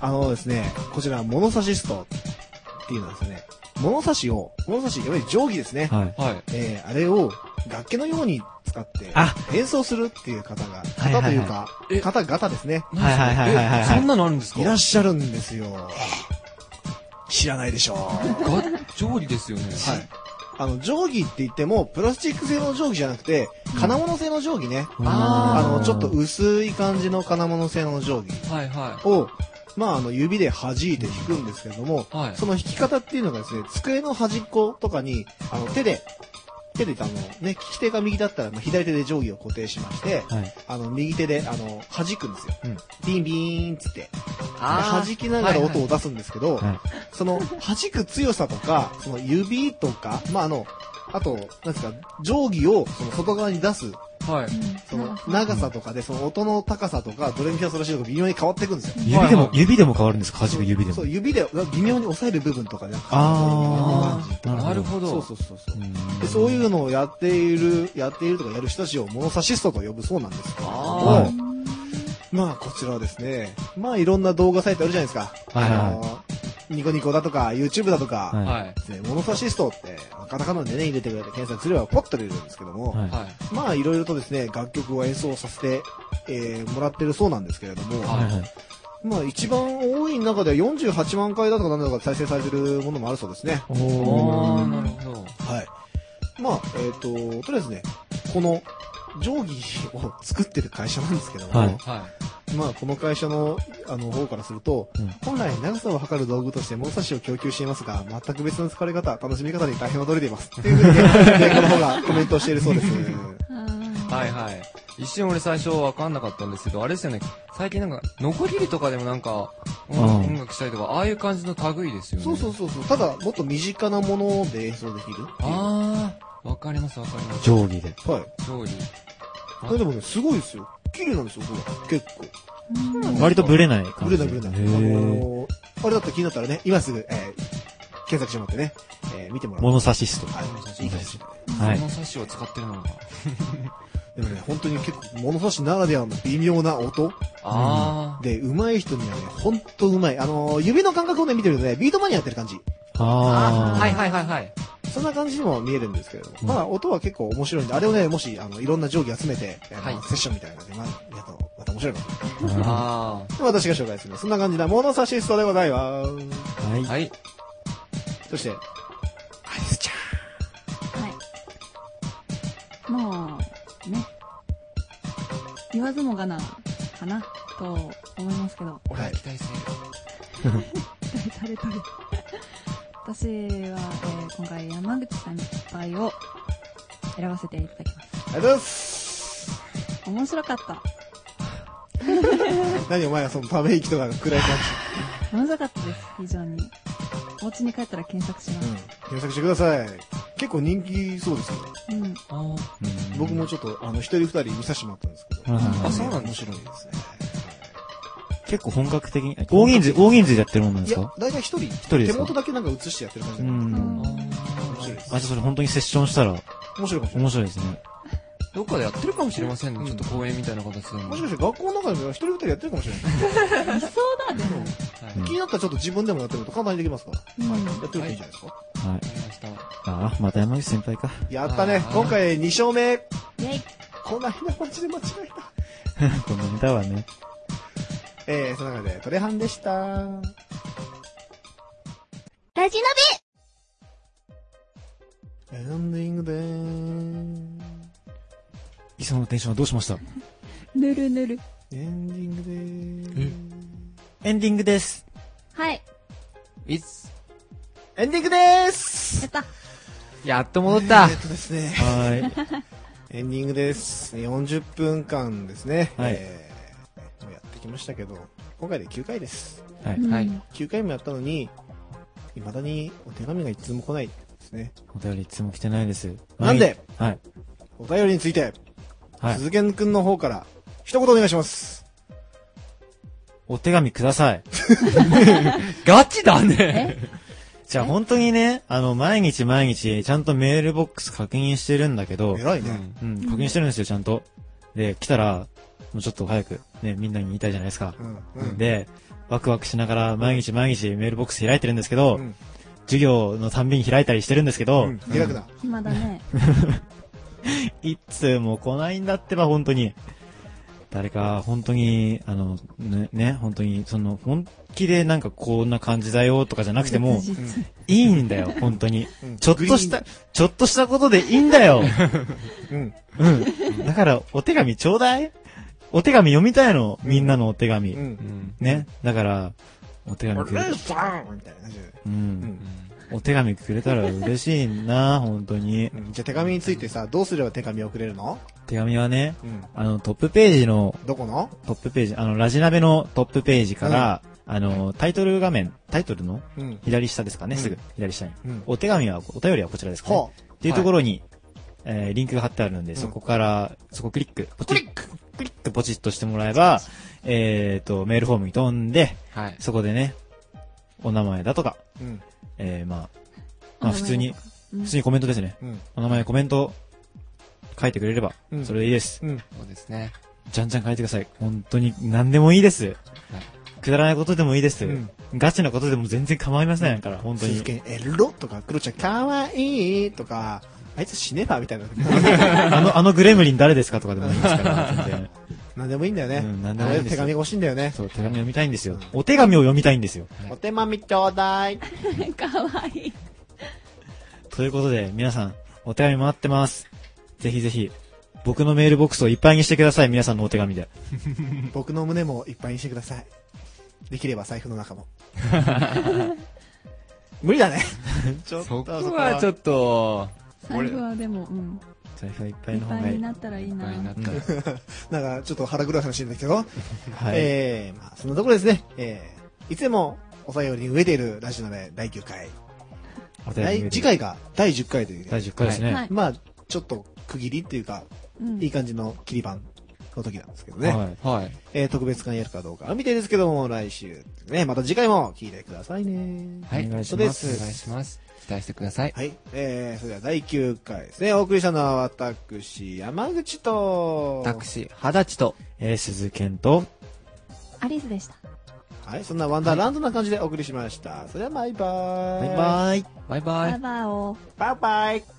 Speaker 2: あのですね、こちら、物差しストっていうのはですね、物差しを、物差し、いわゆる定規ですね
Speaker 4: え。はい。
Speaker 3: はい。
Speaker 2: えーあれを楽器のように使って
Speaker 4: あ
Speaker 2: 演奏するっていう方が、
Speaker 4: いはい
Speaker 2: 方というか、
Speaker 3: え
Speaker 2: 方々ですね。
Speaker 4: はいはいはいはいはい
Speaker 3: えそんなのあるんですか
Speaker 2: いらっしゃるんですよ。知らないでしょう。は
Speaker 3: が、上下ですよね。
Speaker 2: い。あの、定規って言っても、プラスチック製の定規じゃなくて、金物製の定規ね。あ
Speaker 4: あー
Speaker 2: の、ちょっと薄い感じの金物製の定規
Speaker 3: はい。はい。
Speaker 2: を、まあ、あの、指で弾いて弾くんですけれども、
Speaker 3: はい
Speaker 2: その弾き方っていうのがですね、机の端っことかに、あの、手で、手で、あの、ね、利き手が右だったら、まあ左手で定規を固定しまして、
Speaker 4: はい。
Speaker 2: あの、右手で、あの、弾くんですよ。
Speaker 4: うん
Speaker 2: ビンビーンっつって。
Speaker 11: あー
Speaker 2: 弾きながら音を出すんですけど、
Speaker 4: はい
Speaker 2: その、弾く強さとか、その指とか、まあ、あの、あと、なんですか、定規をその外側に出す、
Speaker 3: はい。
Speaker 2: その長さとかで、その音の高さとか、ドレミファソラシドが微妙に変わっていくんですよ。
Speaker 4: 指でも、指でも変わるんですか弾く指で
Speaker 2: そ
Speaker 4: も
Speaker 2: う、。指で微妙に押さえる部分とかね。
Speaker 4: あー、
Speaker 3: なるほど。
Speaker 2: そうそうそうそう。
Speaker 4: うん
Speaker 2: でそういうのをやっている、やっているとかやる人たちをモノサシストと呼ぶそうなんですけど
Speaker 4: は
Speaker 2: も、まあこちらはですね、まあいろんな動画サイトあるじゃないですか。
Speaker 4: はいはい
Speaker 2: あのニコニコだとか YouTube だとか、
Speaker 4: はい
Speaker 3: はい。
Speaker 2: ですねモノサシストってカタカナでね入れてくれて検索すればポッと出てくるんですけども、
Speaker 4: はい。
Speaker 3: は
Speaker 2: まあいろいろとですね、楽曲を演奏させて、えーもらってるそうなんですけれども、
Speaker 3: はい
Speaker 4: はい。
Speaker 2: まあ一番多い中では48万回だとかなんだとか再生されてるものもあるそうですね。
Speaker 4: お
Speaker 3: い。
Speaker 4: ー
Speaker 3: ああ、なるほど。
Speaker 2: はい。まあ、えっ、と、とりあえずね、この定規を作ってる会社なんですけども、
Speaker 4: はい
Speaker 3: は
Speaker 2: まあ、この会社のあの方からすると、
Speaker 4: うん
Speaker 2: 本来長さを測る道具として物差しを供給していますが、全く別の使われ方、楽しみ方に大変驚いています。っていうふうに、ね、この方がコメントをしているそうです。
Speaker 3: い。はいはい。一瞬俺最初わかんなかったんですけど、あれですよね。最近なんか、ノコギリとかでもなんか、音
Speaker 4: うん
Speaker 3: 音楽したりとか、ああいう感じの類ですよね。
Speaker 2: そうそうそうそう。ただ、もっと身近なもので演奏できるっていう
Speaker 3: ああ、わかりますわかります。
Speaker 4: 定規で。
Speaker 2: はい。
Speaker 3: 上に。
Speaker 2: これでもね、すごいですよ。綺麗なんですよ、ほら。結構。
Speaker 4: 割とブレない感
Speaker 2: ブ
Speaker 4: じ。
Speaker 2: レないブレない。あ
Speaker 4: へー
Speaker 2: のー、あれだったら気になったらね、今すぐ、えー検索してもらってね、えー見てもらう。
Speaker 4: 物差しスト。
Speaker 2: はい、いいかもしれ
Speaker 3: は。
Speaker 4: はいい
Speaker 3: その冊子を使ってるのが。
Speaker 2: ない。でもね、本当に結構、物差しならではの微妙な音
Speaker 3: あ
Speaker 2: で、上手い人にはね、本当上手い。あのー指の感覚をね、見てるとね、ビートマニアやってる感じ。
Speaker 4: あ
Speaker 3: あ。
Speaker 4: ー。
Speaker 3: はいはいはいはい。
Speaker 2: そんな感じにも見えるんですけれども、
Speaker 4: うん
Speaker 2: まあ、音は結構面白いんで、あれをね、もし、あの、いろんな定規集めて、あの
Speaker 3: はい
Speaker 2: セッションみたいなので、まあ、やると、また面白いかも。
Speaker 4: は
Speaker 3: あ
Speaker 2: で私が紹介するのはそんな感じな、物差しストでございます。
Speaker 4: い
Speaker 3: あ。。はい。
Speaker 2: そして、アリスちゃん。
Speaker 5: はい。もう、ね。言わずもがな、かな、と思いますけど。
Speaker 3: 俺は期待している。
Speaker 5: 期待されてる。私は、えー今回山口さんいっぱいを選ばせていただきます。
Speaker 2: ありがとうございます。
Speaker 5: 面白かった。
Speaker 2: 何お前はそのため息とかが暗い感
Speaker 5: 面白かったです、非常に。お家に帰ったら検索しま
Speaker 2: じ。う
Speaker 5: す
Speaker 2: ん。。検索してください。結構人気そうですけど、
Speaker 5: うん。
Speaker 3: あ
Speaker 2: 僕もちょっと、あの、一人二人見させてもらったんですけど。
Speaker 4: はいはいはい
Speaker 3: あそうなんだ
Speaker 2: 面白いですね。
Speaker 4: 結構本格的に、大人数、大人数でやってるもんなん
Speaker 2: い
Speaker 4: です
Speaker 2: や
Speaker 4: か、
Speaker 2: 大体一人。
Speaker 4: 一人で
Speaker 2: 手
Speaker 4: すか
Speaker 2: 元だけなんか映してやってる感じ
Speaker 4: う
Speaker 2: だったんで
Speaker 4: ん。
Speaker 2: 面白い
Speaker 3: あ。
Speaker 2: です。
Speaker 4: あ、じゃあそれ本当にセッションしたら
Speaker 2: 面白いかもしれない。
Speaker 4: 面白いですね。
Speaker 3: どっかでやってるかもしれません
Speaker 2: うん
Speaker 3: ね。ちょっと公演みたいな形でも。
Speaker 2: もしかして学校の中でも一人二人やってるかもしれない。
Speaker 5: 理想だ、で
Speaker 3: は
Speaker 5: も。
Speaker 3: い。
Speaker 4: う
Speaker 3: わ
Speaker 4: ん
Speaker 3: か
Speaker 2: 気になったらちょっと自分でもやってみると簡単にできますから。やってみていいんじゃないですか。
Speaker 4: はい。
Speaker 3: りました。
Speaker 4: ああ、また山口先輩か。
Speaker 2: やったね
Speaker 3: あ。ー
Speaker 2: 今回2勝目。
Speaker 7: イェイ
Speaker 2: こないだマジで間違えた。
Speaker 4: この歌はね。
Speaker 2: えー、その中でトレハンでした。
Speaker 1: ラジナ
Speaker 2: エンディングでーす。
Speaker 4: いつものテンションはどうしました
Speaker 5: ぬるぬる。
Speaker 2: エンディングでー
Speaker 4: エンディングです。
Speaker 7: ベはい。
Speaker 3: いつ
Speaker 2: す。エンディングでーす
Speaker 11: やっと戻った
Speaker 2: え。ーっとですね、
Speaker 4: は
Speaker 2: エンディングです。40分間ですね。
Speaker 4: はい
Speaker 2: えーやってきましたけど、今回で9回です。
Speaker 4: い。はい。
Speaker 11: はい。
Speaker 2: 9回もやったのに、未だにお手紙が一通も来ないですね。
Speaker 4: お便りいつも来てないです。
Speaker 2: なんで
Speaker 4: はい。
Speaker 2: お便りについて、
Speaker 4: はい。
Speaker 2: 鈴賢くんの方から、一言お願いします。
Speaker 4: お手紙ください。
Speaker 3: ガチだね
Speaker 4: じゃあ本当にね、あの、毎日毎日、ちゃんとメールボックス確認してるんだけど、
Speaker 2: 偉いうね。
Speaker 3: ん
Speaker 4: うん、確認してるんですよ、ちゃんと。で、来たら、もうちょっと早く、ね、みんなに言いたいじゃないですか。
Speaker 2: うん。うん。
Speaker 4: で、ワクワクしながら毎日毎日メールボックス開いてるんですけど、
Speaker 2: うん
Speaker 4: 授業のたんびに開いたりしてるんですけ
Speaker 2: う
Speaker 4: ど、
Speaker 2: ん。開くな。
Speaker 5: 暇だね。
Speaker 4: いつも来ないんだってば、本当に。誰か、本当に、あの、ね、ね、本当に、その、本気でなんかこんな感じだよとかじゃなくても
Speaker 5: 切、実
Speaker 4: いいんだよ、本当に
Speaker 2: うん。
Speaker 4: ちょっとした、ちょっとしたことでいいんだよ。
Speaker 2: うん。
Speaker 4: うん。だから、お手紙ちょうだいお手紙読みたいの、みんなのお手
Speaker 2: う
Speaker 4: 紙。
Speaker 2: ん。
Speaker 3: うん。
Speaker 4: ね。だから、お手紙くれ
Speaker 2: レ。さんみたいな感じで。
Speaker 4: う
Speaker 2: うん
Speaker 4: ん。お手紙くれたら嬉しいな、本当に。
Speaker 2: じゃあ手紙についてさ、どうすれば手紙をくれるの
Speaker 4: 手紙はね、
Speaker 2: うん
Speaker 4: あの、トップページの、
Speaker 2: どこの
Speaker 4: トップページ、あの、ラジナベのトップページから、あの、タイトル画面、タイトルの
Speaker 2: うん
Speaker 4: 左下ですかね、
Speaker 2: うん
Speaker 4: すぐ左下に、
Speaker 2: うん
Speaker 4: お手紙は、お便りはこちらですかね
Speaker 2: ほ。
Speaker 4: っていうところに、えーリンクが貼ってあるので、そこから、そこクリック、ポチッ、クリックポチッとしてもらえば、えっ、と、メールフォームに飛んで、
Speaker 3: はい。
Speaker 4: そこでね、お名前だとか、
Speaker 2: うん。
Speaker 4: えー、まあ、
Speaker 5: お
Speaker 4: ま
Speaker 5: 名
Speaker 4: あ
Speaker 5: 前
Speaker 4: 普通に
Speaker 5: とか、うん
Speaker 4: 普通にコメントですね。
Speaker 2: うん。
Speaker 4: お名前、コメント、書いてくれれば
Speaker 2: う、ん
Speaker 4: それでいいです。
Speaker 2: うん。
Speaker 3: そうですね。
Speaker 4: じゃんじゃん書いてください。本当に何でもいいです。くだらないことでもいいです。
Speaker 2: うん
Speaker 4: ガチなことでも全然構いませんから、本当
Speaker 2: 鈴
Speaker 4: に。
Speaker 2: 木エロとか、クロちゃんかわいいとか、あいつ死ねばみたい な。
Speaker 4: あの、あ のグレムリン誰ですかとかでもいいですから、全然。
Speaker 2: なんでもいいんだよね。
Speaker 4: うんなんでもいいんです
Speaker 2: 手紙が欲しいんだよね。
Speaker 4: そう、手紙を読みたいんですよ。お手紙を読みたいんですよ。
Speaker 2: お手紙ちょうだい。
Speaker 5: かわいい。
Speaker 4: ということで、皆さん、お手紙待ってます。ぜひぜひ、僕のメールボックスをいっぱいにしてください、皆さんのお手紙で。
Speaker 2: 僕の胸もいっぱいにしてください。できれば財布の中 も。無理だね。ちょっ
Speaker 3: そ
Speaker 2: と
Speaker 3: こはちょっと、
Speaker 5: 財布はでも、うん。
Speaker 4: 財布がいっぱ
Speaker 5: い
Speaker 4: い
Speaker 5: っ
Speaker 4: の
Speaker 5: ぱ
Speaker 4: 方
Speaker 5: い
Speaker 4: がい
Speaker 5: に
Speaker 4: い。
Speaker 5: なったらいいな。
Speaker 3: になった
Speaker 4: うん
Speaker 2: なんかちょっと腹黒い話なんだけど、
Speaker 4: はい。
Speaker 2: えー、まあそんなところですね。えー、いつでもお便りに飢えているラジオのね第9回。
Speaker 4: お手
Speaker 2: 第
Speaker 4: 紙
Speaker 2: 次回が第10回というね、
Speaker 4: 第10回ですね。
Speaker 5: はい。
Speaker 2: まあちょっと区切りっていうか、
Speaker 5: うん
Speaker 2: いい感じの切り板の時なんですけどね。
Speaker 4: は
Speaker 3: は
Speaker 4: い
Speaker 3: い。
Speaker 2: えー、特別感やるかどうかは未定ですけども、来週、ね、また次回も聞いてくださいね。
Speaker 3: はい。
Speaker 4: お
Speaker 3: お
Speaker 4: 願
Speaker 3: 願
Speaker 4: い
Speaker 3: い
Speaker 4: し
Speaker 3: し
Speaker 4: ま
Speaker 3: ますす。お願いします。期待してください。
Speaker 2: はい。えー、それでは第9回ですね。お送りしたのは私、山口と、
Speaker 3: 私、肌地と、
Speaker 4: えー、鈴健と、
Speaker 9: アリスでした。
Speaker 2: はい、そんなワンダーランドな感じでお送りしました。それではバイバーイ。
Speaker 4: バイバイ。
Speaker 3: バイバイ
Speaker 5: カ。バーを。
Speaker 2: バイバイ。